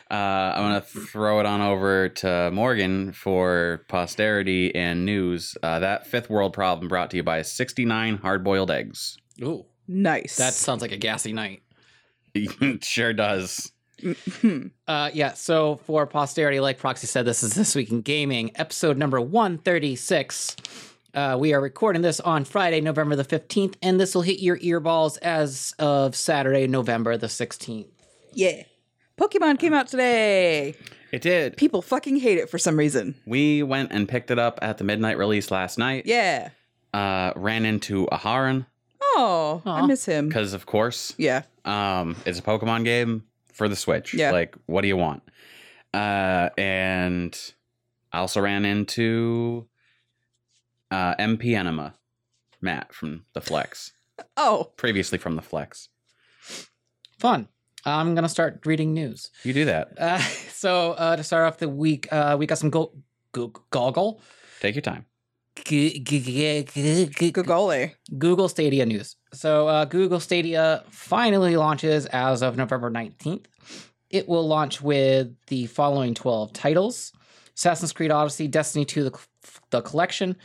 Speaker 1: Uh, I'm going to throw it on over to Morgan for posterity and news. Uh, that fifth world problem brought to you by 69 hard boiled eggs.
Speaker 2: Ooh,
Speaker 3: Nice.
Speaker 2: that sounds like a gassy night.
Speaker 1: It sure does.
Speaker 3: Mhm.
Speaker 2: Uh, yeah. So for posterity, like Proxy said, this is this week in gaming, episode number one thirty six. Uh, we are recording this on Friday, November the fifteenth, and this will hit your earballs as of Saturday, November the sixteenth.
Speaker 3: yeah. Pokemon came out today.
Speaker 1: It did.
Speaker 3: People fucking hate it for some reason.
Speaker 1: We went and picked it up at the midnight release last night.
Speaker 3: Yeah.
Speaker 1: Uh, ran into Aharon
Speaker 3: Oh, I
Speaker 2: Aw.
Speaker 3: miss him.
Speaker 1: because, of course,
Speaker 3: Yeah.
Speaker 1: um, it's a Pokemon game for the Switch.
Speaker 3: Yeah.
Speaker 1: Like, what do you want? Uh, and I also ran into uh, MP Enema, Matt from the Flex,
Speaker 3: Oh,
Speaker 1: previously from the Flex.
Speaker 2: Fun. I'm gonna start reading news.
Speaker 1: You do that.
Speaker 2: Uh, so uh, to start off the week, uh, we got some go- go- goggle
Speaker 1: Take your time.
Speaker 2: g- g- g- g- g-
Speaker 3: Gagole.
Speaker 2: Google Stadia news. So uh, Google Stadia finally launches as of November 19th. It will launch with the following 12 titles: Assassin's Creed Odyssey, Destiny 2, the, the Collection,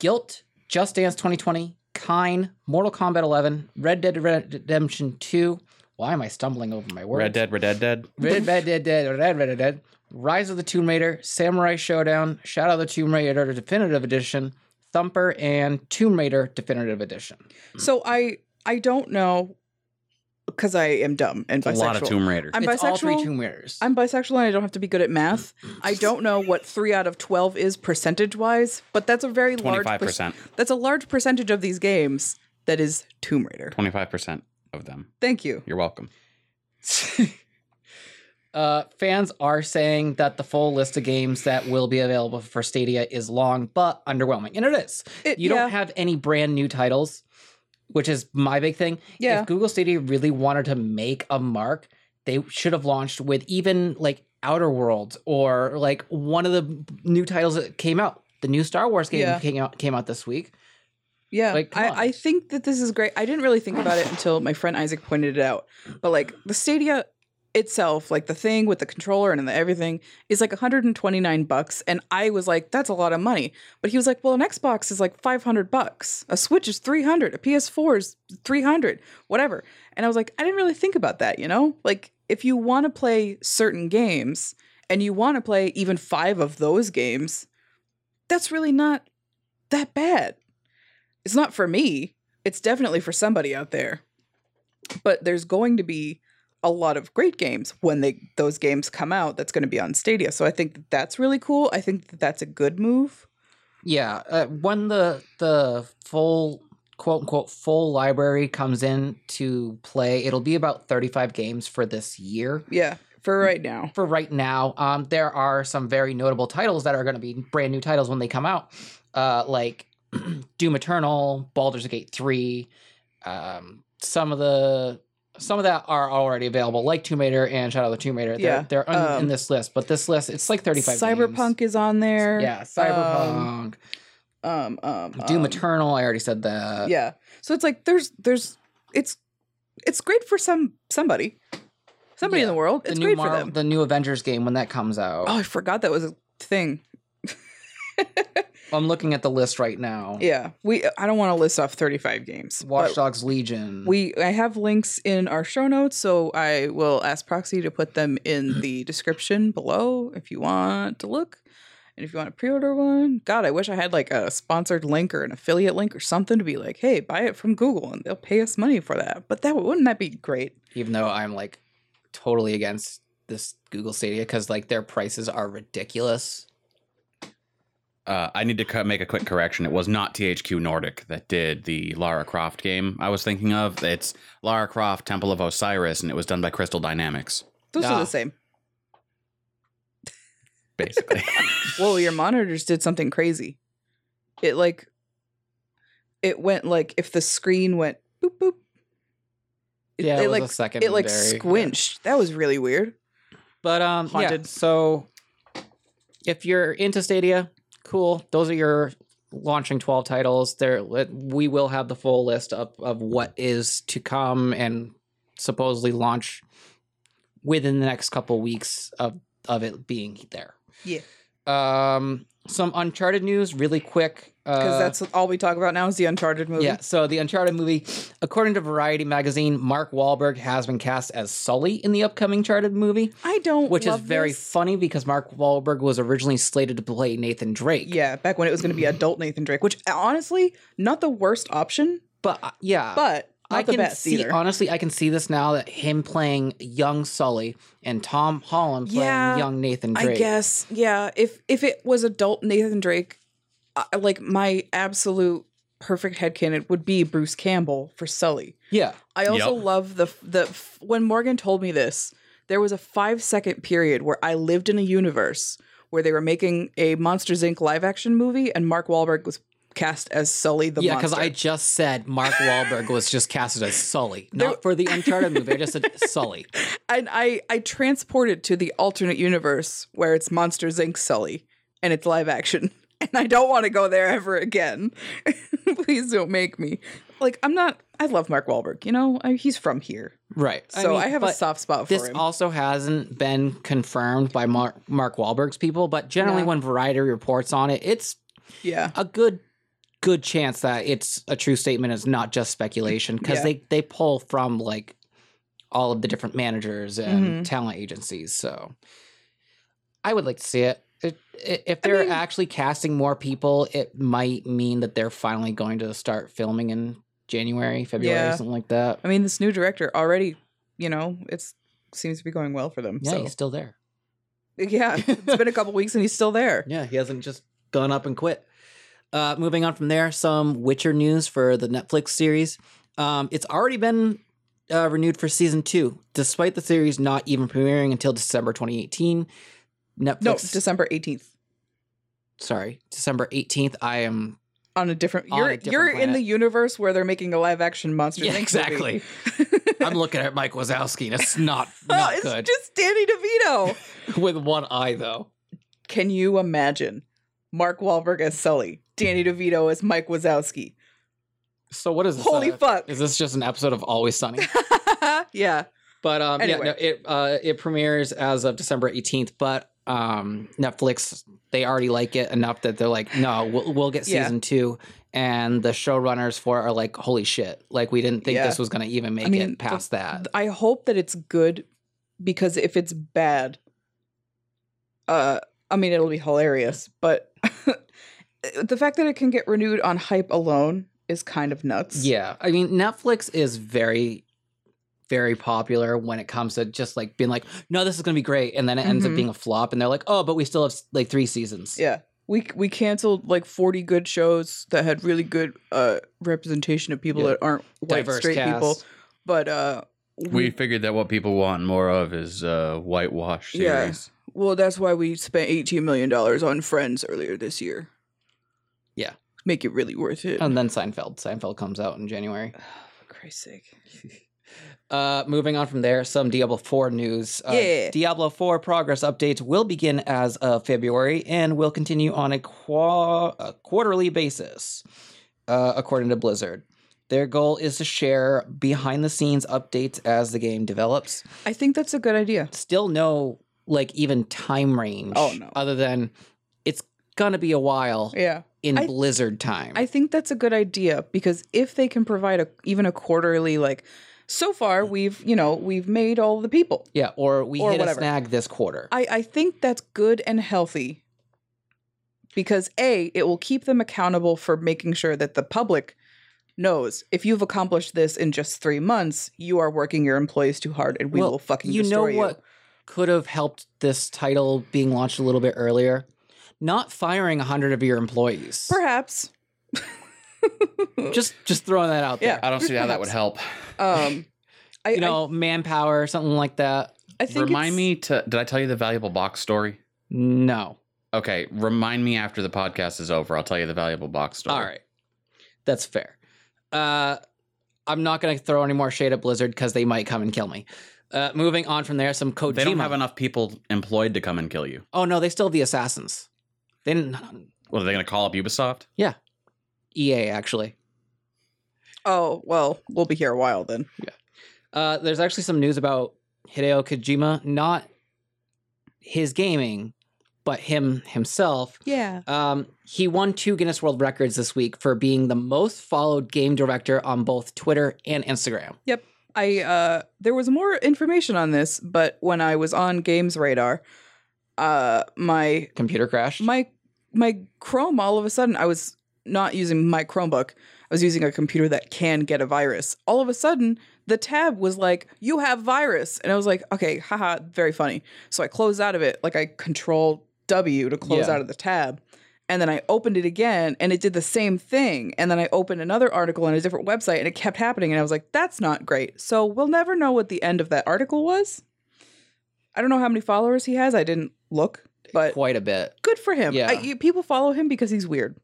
Speaker 2: Guilt, Just Dance 2020, Kine, Mortal Kombat 11, Red Dead Redemption 2. Why am I stumbling over my words?
Speaker 1: Red Dead, Red Dead, Dead.
Speaker 2: Red Red Dead Dead Red Red Dead Dead, Rise of the Tomb Raider, Samurai Showdown, Shadow of the Tomb Raider Definitive Edition, Thumper, and Tomb Raider Definitive Edition.
Speaker 3: So I I don't know because I am dumb and
Speaker 1: A
Speaker 3: bisexual.
Speaker 1: lot of Tomb Raider.
Speaker 3: I'm
Speaker 2: it's all three
Speaker 3: bisexual.
Speaker 2: Tomb Raiders.
Speaker 3: I'm bisexual and I don't have to be good at math.
Speaker 1: Mm-hmm.
Speaker 3: I don't know what three out of twelve is percentage wise, but that's a very large
Speaker 1: Twenty-five percent.
Speaker 3: per- that's a large percentage of these games that is Tomb Raider.
Speaker 1: Twenty-five percent of them.
Speaker 3: Thank you.
Speaker 1: You're welcome.
Speaker 2: Uh, fans are saying that the full list of games that will be available for Stadia is long but underwhelming, and it is.
Speaker 3: It-
Speaker 2: You
Speaker 3: yeah,
Speaker 2: don't have any brand new titles, which is my big thing.
Speaker 3: yeah.
Speaker 2: If Google Stadia really wanted to make a mark, they should have launched with even like Outer Worlds or like one of the new titles that came out. The new Star Wars game
Speaker 3: Yeah.
Speaker 2: came out came out this week.
Speaker 3: Yeah,
Speaker 2: Like, come on.
Speaker 3: I, I think that this is great. I didn't really think about it until my friend Isaac pointed it out. But like the Stadia itself, like the thing with the controller and the everything, is like 129 bucks, and I was like, that's a lot of money. But he was like, well, an Xbox is like 500 bucks, a Switch is 300, a PS4 is 300, whatever. And I was like, I didn't really think about that, you know? Like if you want to play certain games and you want to play even five of those games, that's really not that bad it's not for me. It's definitely for somebody out there. But there's going to be a lot of great games when they those games come out that's going to be on Stadia. So I think that that's really cool. I think that that's a good move.
Speaker 2: Yeah, uh, when the the full quote unquote full library comes in to play, it'll be about 35 games for this year.
Speaker 3: Yeah, for right now.
Speaker 2: For right now, um, there are some very notable titles that are going to be brand new titles when they come out, uh, like Doom Eternal, Baldur's Gate 3. Um, some of the some of that are already available, like Tomb Raider and Shadow of the Tomb Raider. They're,
Speaker 3: Yeah,
Speaker 2: they're un- in
Speaker 3: um,
Speaker 2: this list, but this list it's like 35.
Speaker 3: Cyberpunk
Speaker 2: games.
Speaker 3: is on there.
Speaker 2: yeah, Cyberpunk,
Speaker 3: Um um
Speaker 2: Doom
Speaker 3: um,
Speaker 2: Eternal. I already said that.
Speaker 3: Yeah. So it's like there's there's it's it's great for some somebody. Somebody in
Speaker 2: Yeah.
Speaker 3: the world.
Speaker 2: the
Speaker 3: It's
Speaker 2: new
Speaker 3: great
Speaker 2: Mar-
Speaker 3: for them.
Speaker 2: the new Avengers game when that comes out.
Speaker 3: oh, I forgot that was a thing.
Speaker 2: I'm looking at the list right now.
Speaker 3: Yeah. We I don't want to list off 35 games.
Speaker 2: Watch
Speaker 3: but-
Speaker 2: Dogs Legion.
Speaker 3: We I have links in our show notes, so I will ask Proxy to put them in
Speaker 2: Mm.
Speaker 3: the description below if you want to look. And if you want to pre-order one, God, I wish I had like a sponsored link or an affiliate link or something to be like, hey, buy it from Google and they'll pay us money for that. But that wouldn't that be great?
Speaker 2: even though I'm like totally against this Google Stadia because like their prices are ridiculous.
Speaker 1: Uh, I need to co- make a quick correction. It was not THQ Nordic that did the Lara Croft game I was thinking of. It's Lara Croft Temple of Osiris, and it was done by Crystal Dynamics,
Speaker 3: Those are
Speaker 2: Ah.
Speaker 3: the same.
Speaker 1: basically.
Speaker 3: Whoa, your monitors did something crazy. It like it went like if the screen went boop boop. It,
Speaker 2: Yeah, it,
Speaker 3: it,
Speaker 2: was
Speaker 3: like
Speaker 2: a second.
Speaker 3: it like squinched. That was really weird.
Speaker 2: But um, yeah.
Speaker 3: Haunted.
Speaker 2: So if you're into Stadia, cool. Those are your launching 12 titles. There, we will have the full list up of what is to come and supposedly launch within the next couple weeks of of it being there.
Speaker 3: Yeah.
Speaker 2: Um, some Uncharted news, really quick.
Speaker 3: because
Speaker 2: uh,
Speaker 3: that's all we talk about now is the Uncharted movie.
Speaker 2: Yeah, so the Uncharted movie, according to Variety magazine, Mark Wahlberg has been cast as Sully in the upcoming Uncharted movie,
Speaker 3: I don't,
Speaker 2: which is
Speaker 3: love
Speaker 2: very
Speaker 3: this.
Speaker 2: funny because Mark Wahlberg was originally slated to play Nathan Drake.
Speaker 3: Yeah, back when it was going to be adult Nathan Drake, which uh, honestly, not the worst option,
Speaker 2: but uh, yeah,
Speaker 3: but not
Speaker 2: I
Speaker 3: the
Speaker 2: can
Speaker 3: best
Speaker 2: see
Speaker 3: either.
Speaker 2: honestly, I can see this now that him playing young Sully and Tom Holland playing
Speaker 3: Yeah,
Speaker 2: young Nathan Drake.
Speaker 3: I guess, yeah. If if it was adult Nathan Drake, I, like my absolute perfect headcanon would be Bruce Campbell for Sully.
Speaker 2: Yeah,
Speaker 3: I also
Speaker 1: Yep.
Speaker 3: love the the when Morgan told me this, there was a five second period where I lived in a universe where they were making a Monsters Inc. live action movie, and Mark Wahlberg was cast as Sully the
Speaker 2: yeah, because
Speaker 3: monster.
Speaker 2: I just said Mark Wahlberg was just casted as Sully, not for the Uncharted movie. I just said Sully.
Speaker 3: and I I transported to the alternate universe where it's Monsters Inc. Sully and it's live action. And I don't want to go there ever again. Please don't make me. Like I'm not. I love Mark Wahlberg. You know, I, he's from here,
Speaker 2: Right.
Speaker 3: so I,
Speaker 2: mean,
Speaker 3: have a
Speaker 2: but-
Speaker 3: soft spot for
Speaker 2: This
Speaker 3: him.
Speaker 2: also hasn't been confirmed by Mark, Mark Wahlberg's people, but generally
Speaker 3: No.
Speaker 2: when Variety reports on it, it's
Speaker 3: yeah,
Speaker 2: a good good chance that it's a true statement. It's not just speculation because
Speaker 3: Yeah.
Speaker 2: they they pull from like all of the different managers and
Speaker 3: Mhm.
Speaker 2: talent agencies. So I would like to see it. It- i- If they're
Speaker 3: mean-
Speaker 2: actually casting more people, it might mean that they're finally going to start filming in January, February,
Speaker 3: Yeah.
Speaker 2: something like that.
Speaker 3: I mean, this new director already, you know, it's seems to be going well for them.
Speaker 2: Yeah,
Speaker 3: so
Speaker 2: he's still there.
Speaker 3: yeah, it's been a couple weeks and he's still there.
Speaker 2: Yeah, he hasn't just gone up and quit. Uh, moving on from there, some Witcher news for the Netflix series. Um, it's already been uh, renewed for season two, despite the series not even premiering until December 2018. Netflix.
Speaker 3: No, December 18th.
Speaker 2: sorry, December 18th. I am
Speaker 3: On a different
Speaker 2: On a
Speaker 3: you're
Speaker 2: different
Speaker 3: you're in
Speaker 2: planet.
Speaker 3: the universe where they're making a live action monster.
Speaker 2: Yeah,
Speaker 3: Inc. movie.
Speaker 2: exactly. I'm looking at Mike Wazowski, and it's not
Speaker 3: Oh,
Speaker 2: not
Speaker 3: it's
Speaker 2: good.
Speaker 3: just Danny DeVito.
Speaker 2: With one eye though.
Speaker 3: Can you imagine Mark Wahlberg as Sully, Danny DeVito as Mike Wazowski?
Speaker 2: So what is this?
Speaker 3: Holy
Speaker 2: uh,
Speaker 3: fuck!
Speaker 2: Is this just an episode of Always Sunny?
Speaker 3: yeah,
Speaker 2: But um,
Speaker 3: Anyway.
Speaker 2: yeah, no, it uh, it premieres as of December 18th. But um, Netflix they already like it enough that they're like, no, we'll we'll get
Speaker 3: Yeah.
Speaker 2: season two. And the showrunners for it are like, holy shit! Like we didn't think
Speaker 3: Yeah.
Speaker 2: this was gonna even make
Speaker 3: mean,
Speaker 2: it past that.
Speaker 3: I hope that it's good because if it's bad, uh, I mean it'll be hilarious. But the fact that it can get renewed on hype alone is kind of nuts.
Speaker 2: Yeah, I mean Netflix is very, very popular when it comes to just like being like, no, this is gonna be great, and then it ends up
Speaker 3: Mhm.
Speaker 2: being a flop, and they're like, oh, but we still have like three seasons.
Speaker 3: Yeah. We we canceled like 40 good shows that had really good uh representation of people
Speaker 2: Yeah.
Speaker 3: that aren't white
Speaker 2: diverse
Speaker 3: straight
Speaker 2: cast.
Speaker 3: people, but uh
Speaker 1: We figured that what people want more of is uh, whitewash
Speaker 3: Yeah.
Speaker 1: series.
Speaker 3: well that's why we spent 18 million dollars on Friends earlier this year.
Speaker 2: Yeah. Um,
Speaker 3: Make it really worth it.
Speaker 2: And then Seinfeld. Seinfeld comes out in January.
Speaker 3: for Christ's sake.
Speaker 2: Uh, moving on from there, some Diablo 4 news. Uh,
Speaker 3: Yeah.
Speaker 2: Diablo 4 progress updates will begin as of February and will continue on a, qua- a quarterly basis, uh, according to Blizzard. Their goal is to share behind the scenes updates as the game develops.
Speaker 3: I think that's a good idea.
Speaker 2: Still no, like, even time range.
Speaker 3: Oh, no.
Speaker 2: Other than it's going to be a while
Speaker 3: Yeah.
Speaker 2: in
Speaker 3: I-
Speaker 2: Blizzard time.
Speaker 3: I think that's a good idea because if they can provide a even a quarterly like so far we've, you know, we've made all the people.
Speaker 2: yeah, or we
Speaker 3: Or
Speaker 2: hit
Speaker 3: whatever.
Speaker 2: a snag this quarter.
Speaker 3: I, I think that's good and healthy because A, it will keep them accountable for making sure that the public knows if you've accomplished this in just three months, you are working your employees too hard and we
Speaker 2: Well,
Speaker 3: will fucking
Speaker 2: you
Speaker 3: destroy
Speaker 2: know
Speaker 3: you.
Speaker 2: what could have helped this title being launched a little bit earlier not firing 100 of your employees
Speaker 3: Perhaps.
Speaker 2: just just throwing that out there
Speaker 1: I don't see how that would
Speaker 3: perhaps.
Speaker 1: help.
Speaker 3: Um, I,
Speaker 2: you know manpower something like that
Speaker 3: I, I think
Speaker 1: Remind
Speaker 3: it's-
Speaker 1: me to. Did I tell you the valuable box story?
Speaker 2: no
Speaker 1: Okay, remind me after the podcast is over. I'll tell you the valuable box story.
Speaker 2: all right that's fair uh i'm not going to throw any more shade at blizzard because they might come and kill me uh moving on from there some
Speaker 3: Oh,
Speaker 2: Kojima.
Speaker 1: They don't have enough people employed to come and kill you.
Speaker 2: oh no they still have the assassins they didn't
Speaker 1: Well, are they going to call up Ubisoft?
Speaker 2: ea E actually
Speaker 3: Oh, well, we'll be here a while then.
Speaker 2: Uh, there's actually some news about Hideo Kojima, not his gaming, but him himself.
Speaker 3: Yeah.
Speaker 2: Um, he won two Guinness World Records this week for being the most followed game director on both Twitter and Instagram.
Speaker 3: I uh there was more information on this, but when I was on Games Radar, uh my
Speaker 2: Computer crash.
Speaker 3: my my Chrome all of a sudden I was not using my Chromebook. I was using a computer that can get a virus. All of a sudden, the tab was like, "You have virus," and I was like, "Okay, haha, very funny." So I closed out of it, like I control W to close
Speaker 2: Yeah.
Speaker 3: out of the tab, and then I opened it again, and it did the same thing. And then I opened another article on a different website, and it kept happening. And I was like, "That's not great." So we'll never know what the end of that article was. I don't know how many followers he has. I didn't look, but
Speaker 2: Quite a bit.
Speaker 3: good for him.
Speaker 2: Yeah.
Speaker 3: I, you, people follow him because he's weird.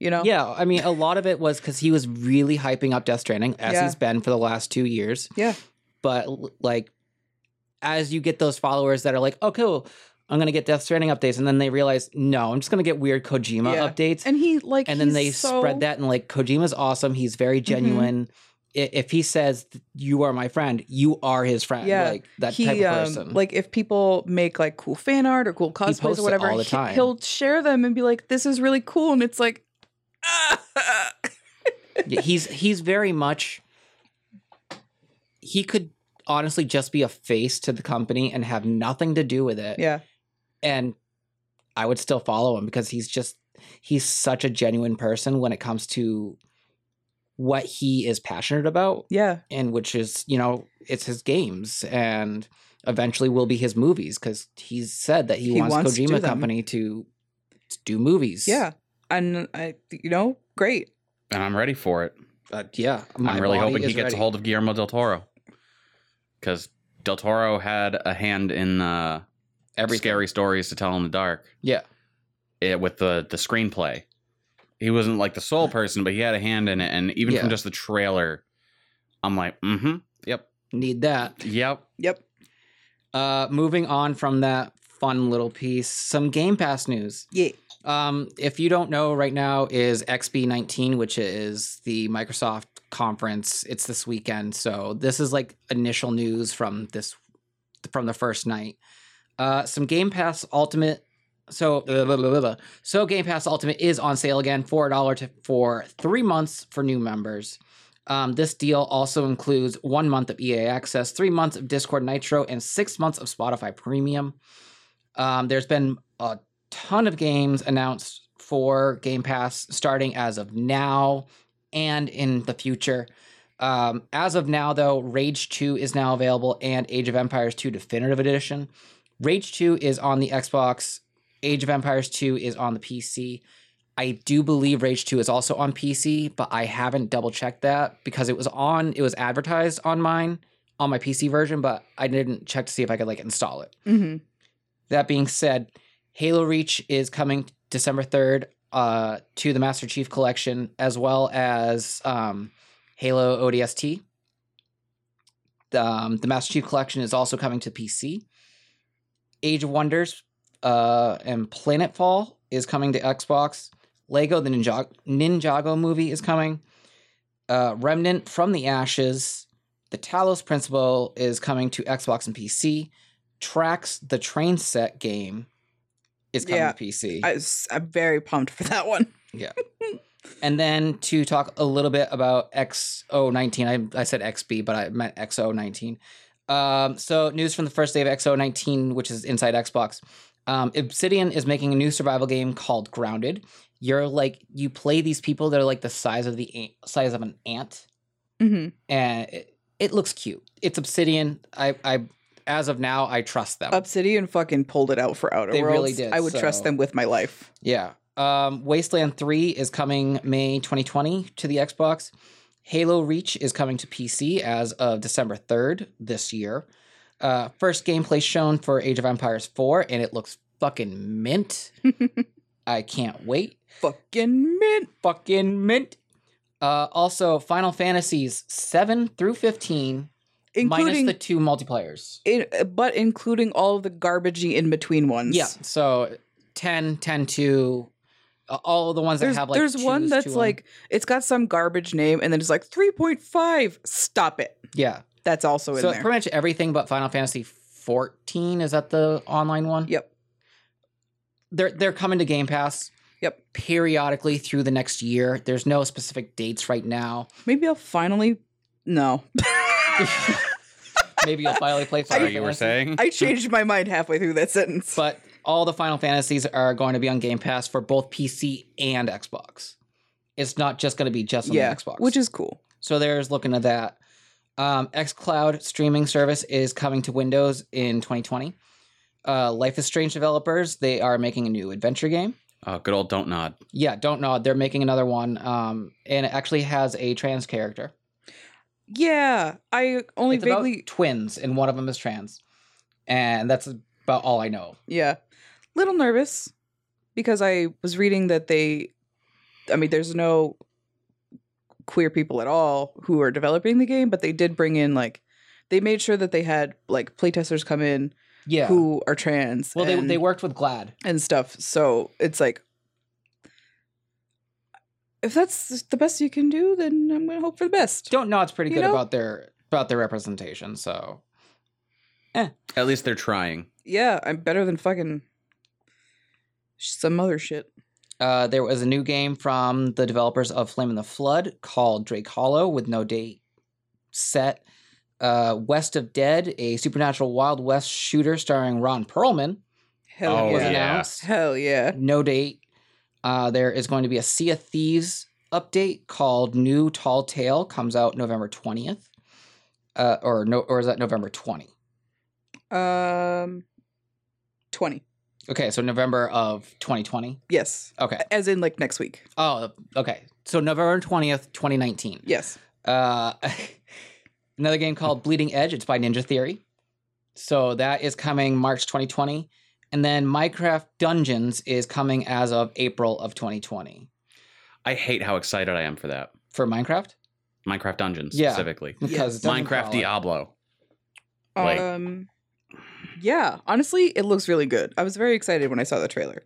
Speaker 3: You know.
Speaker 2: Yeah, I mean, a lot of it was because he was really hyping up Death Stranding, as
Speaker 3: Yeah.
Speaker 2: he's been for the last two years.
Speaker 3: Yeah.
Speaker 2: But l- like, as you get those followers that are like, "Oh, cool, I'm gonna get Death Stranding updates," and then they realize, "No, I'm just gonna get weird Kojima
Speaker 3: Yeah.
Speaker 2: updates," and,
Speaker 3: And he like.
Speaker 2: then
Speaker 3: he's
Speaker 2: they
Speaker 3: so- Mm-hmm.
Speaker 2: spread that and like, "Kojima's awesome. He's very genuine. I- If he says you are my friend, you are his friend.
Speaker 3: Yeah.
Speaker 2: Like that
Speaker 3: he,
Speaker 2: type of
Speaker 3: um,
Speaker 2: person.
Speaker 3: like if people make like cool fan art or cool cosplays
Speaker 2: posts it
Speaker 3: or whatever,
Speaker 2: all the
Speaker 3: he-
Speaker 2: time.
Speaker 3: he'll share them and be like, "This is really cool," and it's like, ah!
Speaker 2: Yeah, he's he's very much he could honestly just be a face to the company and have nothing to do with it
Speaker 3: yeah,
Speaker 2: and i would still follow him because he's just he's such a genuine person when it comes to what he is passionate about
Speaker 3: yeah,
Speaker 2: and which is you know it's his games and eventually will be his movies because he's said that he,
Speaker 3: He
Speaker 2: wants,
Speaker 3: wants to do
Speaker 2: kojima
Speaker 3: them.
Speaker 2: company to, to do movies
Speaker 3: yeah. And I, you know, great.
Speaker 1: And I'm ready for it.
Speaker 2: Uh, yeah my
Speaker 1: I'm really
Speaker 2: body
Speaker 1: hoping he
Speaker 2: is
Speaker 1: gets
Speaker 2: ready.
Speaker 1: a hold of Guillermo del Toro. because Del Toro had a hand in uh,
Speaker 2: Every
Speaker 1: scary stories to tell in the dark.
Speaker 2: Yeah.
Speaker 1: it, with the the screenplay. He wasn't like the sole person, but he had a hand in it. And even
Speaker 2: Yeah.
Speaker 1: from just the trailer, I'm like, mm-hmm, yep,
Speaker 2: need that.
Speaker 1: yep.
Speaker 3: Yep.
Speaker 2: Uh, moving on from that fun little piece, some Game Pass news.
Speaker 3: Yeah.
Speaker 2: Um, if you don't know right now, is XB19, which is the Microsoft conference. It's this weekend, so this is like initial news from this from the first night. Uh, some Game Pass Ultimate. So blah, blah, blah, blah, blah. so Game Pass Ultimate is on sale again for a dollar to- for three months for new members. Um, this deal also includes one month of EA Access, three months of Discord Nitro, and six months of Spotify Premium. Um, there's been a ton of games announced for Game Pass starting as of now and in the future. Um, as of now, though, Rage 2 is now available and Age of Empires 2 Definitive Edition. Rage 2 is on the Xbox, Age of Empires 2 is on the PC. I do believe Rage 2 is also on PC, but I haven't double checked that because it was on it was advertised on mine on my PC version, but I didn't check to see if I could like install it.
Speaker 3: Mm-hmm.
Speaker 2: That being said, Halo Reach is coming December 3rd uh, to the Master Chief Collection, as well as um, Halo ODST. Um, the Master Chief Collection is also coming to PC. Age of Wonders uh, and Planetfall is coming to Xbox. Lego the Ninja- Ninjago movie is coming. Uh, Remnant from the Ashes. The Talos Principle is coming to Xbox and PC. Tracks the Train Set game is coming
Speaker 3: Yeah,
Speaker 2: to PC.
Speaker 3: I was, I'm very pumped for that one.
Speaker 2: and then to talk a little bit about XO19. I, I said XB, but I meant XO19. Um, so, news from the first day of XO19, which is inside Xbox. Um, Obsidian is making a new survival game called Grounded. You're like you play these people that are like the size of the ant, size of an ant,
Speaker 3: Mm-hmm.
Speaker 2: and it, it looks cute. It's Obsidian. I, I as of now, I trust them.
Speaker 3: Obsidian fucking pulled it out for Outer
Speaker 2: They
Speaker 3: Worlds.
Speaker 2: really did,
Speaker 3: I would
Speaker 2: so-
Speaker 3: trust them with my life.
Speaker 2: Yeah. Um, Wasteland 3 is coming May 2020 to the Xbox. Halo Reach is coming to PC as of December 3rd this year. Uh, first gameplay shown for Age of Empires 4, and it looks fucking mint. I can't wait.
Speaker 3: Fucking mint.
Speaker 2: Fucking mint. Uh, also, Final Fantasies 7 through 15, minus
Speaker 3: Including
Speaker 2: the two multiplayers.
Speaker 3: it, uh, but including all of the garbagey in between ones.
Speaker 2: Yeah. So 10, 10 2, uh, all of the ones
Speaker 3: There's,
Speaker 2: that have like
Speaker 3: there's one
Speaker 2: twos to
Speaker 3: that's
Speaker 2: them.
Speaker 3: like it's got some garbage name and then it's like 3.5. Stop it.
Speaker 2: yeah.
Speaker 3: That's also in
Speaker 2: so
Speaker 3: there.
Speaker 2: pretty much everything but Final Fantasy 14 is that the online one?
Speaker 3: Yep.
Speaker 2: They're they're coming to Game Pass.
Speaker 3: Yep.
Speaker 2: Periodically through the next year. There's no specific dates right now.
Speaker 3: Maybe I'll finally no.
Speaker 2: Maybe you'll finally play Final
Speaker 1: Sorry, you were
Speaker 2: Fantasy.
Speaker 1: saying.
Speaker 3: I changed my mind halfway through that sentence.
Speaker 2: But all the Final Fantasies are going to be on Game Pass for both PC and Xbox. It's not just going to be just on
Speaker 3: yeah,
Speaker 2: the Xbox.
Speaker 3: which is cool.
Speaker 2: So there's looking at that. Um, xCloud streaming service is coming to Windows in 2020. Uh, Life is Strange developers, they are making a new adventure game.
Speaker 1: Oh, good old don't nod.
Speaker 2: Yeah, don't know. They're making another one. Um, and it actually has a trans character.
Speaker 3: Yeah, I only
Speaker 2: it's
Speaker 3: vaguely
Speaker 2: about twins, and one of them is trans. And that's about all I know.
Speaker 3: Yeah. Little nervous because I was reading that they I mean there's no queer people at all who are developing the game, but they did bring in like they made sure that they had like playtesters come in
Speaker 2: Yeah.
Speaker 3: who are trans
Speaker 2: well, they,
Speaker 3: and,
Speaker 2: they worked with GLAD.
Speaker 3: and stuff. So it's like if that's the best you can do, then I'm gonna hope for the best.
Speaker 2: Don't know. It's pretty
Speaker 3: You
Speaker 2: good
Speaker 3: know-
Speaker 2: about their about their representation. So
Speaker 1: At least they're trying.
Speaker 3: Yeah, I'm better than fucking some other shit.
Speaker 2: Uh, there was a new game from the developers of Flame in the Flood called Drake Hollow with no date set. Uh, West of Dead, a supernatural Wild West shooter starring Ron Perlman,
Speaker 3: Hell
Speaker 1: Oh,
Speaker 2: was
Speaker 3: yeah.
Speaker 1: yeah.
Speaker 2: announced.
Speaker 3: Hell yeah.
Speaker 2: No date. Uh, there is going to be a Sea of Thieves update called New Tall Tale, comes out November 20th. Uh, or no, or is that November 20?
Speaker 3: Um, twenty.
Speaker 2: Okay, so November of 2020.
Speaker 3: Yes,
Speaker 2: Okay.
Speaker 3: as in like next week.
Speaker 2: Oh, okay. So November 20th, 2019.
Speaker 3: Yes.
Speaker 2: Uh, Another game called Bleeding Edge. It's by Ninja Theory. So that is coming March 2020. And then Minecraft Dungeons is coming as of April of 2020
Speaker 1: I hate how excited I am for that.
Speaker 2: for Minecraft.
Speaker 1: Minecraft Dungeons
Speaker 2: Yeah.
Speaker 1: specifically.
Speaker 2: Because it doesn't
Speaker 1: Minecraft
Speaker 2: follow.
Speaker 1: Diablo. Like-
Speaker 3: Um, yeah, honestly, it looks really good. I was very excited when I saw the trailer.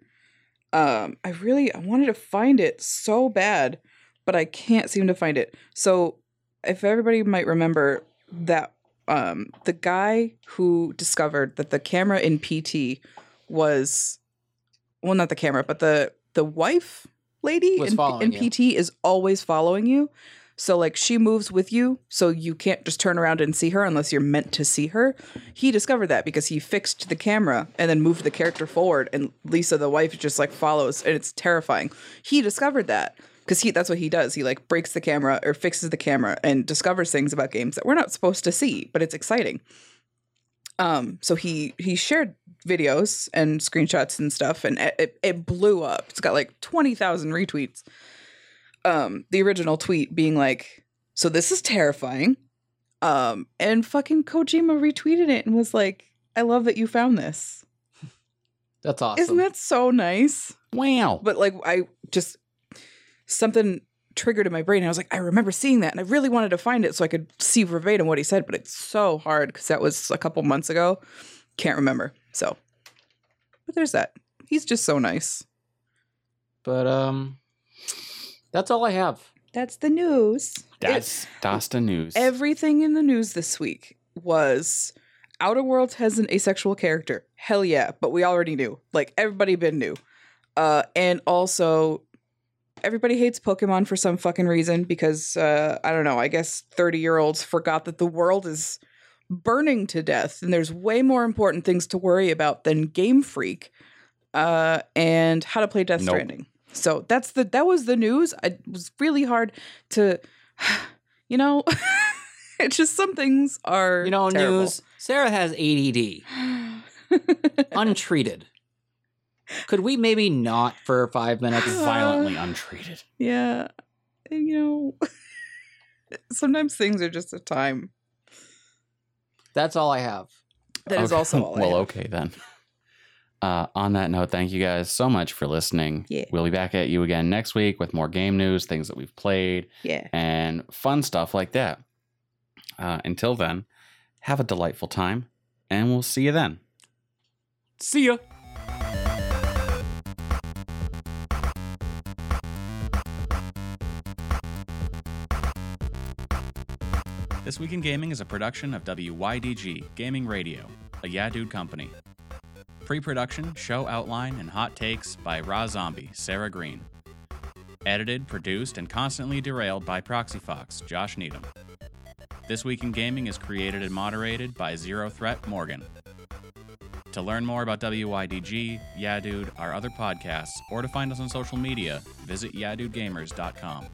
Speaker 3: Um, I really I wanted to find it so bad, but I can't seem to find it. So, if everybody might remember that um, the guy who discovered that the camera in PT was, well, not the camera, but the the wife lady
Speaker 2: Was
Speaker 3: in, in
Speaker 2: following you.
Speaker 3: PT is always following you. So like she moves with you, so you can't just turn around and see her unless you're meant to see her. He discovered that because he fixed the camera and then moved the character forward and Lisa the wife just like follows and it's terrifying. He discovered that cuz he that's what he does. He like breaks the camera or fixes the camera and discovers things about games that we're not supposed to see, but it's exciting. Um so he he shared videos and screenshots and stuff and it- it, it blew up. It's got like 20,000 retweets um the original tweet being like so this is terrifying um and fucking kojima retweeted it and was like i love that you found this
Speaker 2: That's awesome.
Speaker 3: isn't that so nice
Speaker 1: Wow.
Speaker 3: but like i just something triggered in my brain i was like i remember seeing that and i really wanted to find it so i could see verbatim what he said but it's so hard because that was a couple months ago can't remember so but there's that he's just so nice
Speaker 2: But um, that's all I have.
Speaker 3: that's the news
Speaker 1: that's that's the news.
Speaker 3: Everything in the news this week was Outer Worlds has an asexual character. Hell yeah, but we already knew. Like everybody been knew. Uh and also everybody hates Pokemon for some fucking reason because uh I don't know, I guess 30-year-olds forgot that the world is burning to death and there's way more important things to worry about than Game Freak uh and how to play Death
Speaker 1: Nope.
Speaker 3: Stranding. So that's the that was the news. I, it was really hard to you know, it's just some things are
Speaker 2: You know,
Speaker 3: terrible.
Speaker 2: news. Sarah has ADD, untreated. Could we maybe not for five minutes?
Speaker 1: Violently untreated.
Speaker 3: yeah, and, you know, sometimes things are just a time.
Speaker 2: That's all I have.
Speaker 3: That is
Speaker 1: Okay.
Speaker 3: also all. I
Speaker 1: well,
Speaker 3: have.
Speaker 1: okay then. Uh, on that note, thank you guys so much for listening.
Speaker 3: Yeah.
Speaker 1: We'll be back at you again next week with more game news, things that we've played,
Speaker 3: yeah.
Speaker 1: and fun stuff like that. Uh, until then, have a delightful time, and we'll see you then.
Speaker 2: See ya.
Speaker 1: This Week in Gaming is a production of WYDG Gaming Radio, a Yeah Dude company. Pre production, show outline, and hot takes by Raw Zombie, Sarah Green. Edited, produced, and constantly derailed by Proxy Fox, Josh Needham. This Week in Gaming is created and moderated by Zero Threat Morgan. To learn more about WYDG, Yeah Dude, our other podcasts, or to find us on social media, visit YadudeGamers.com.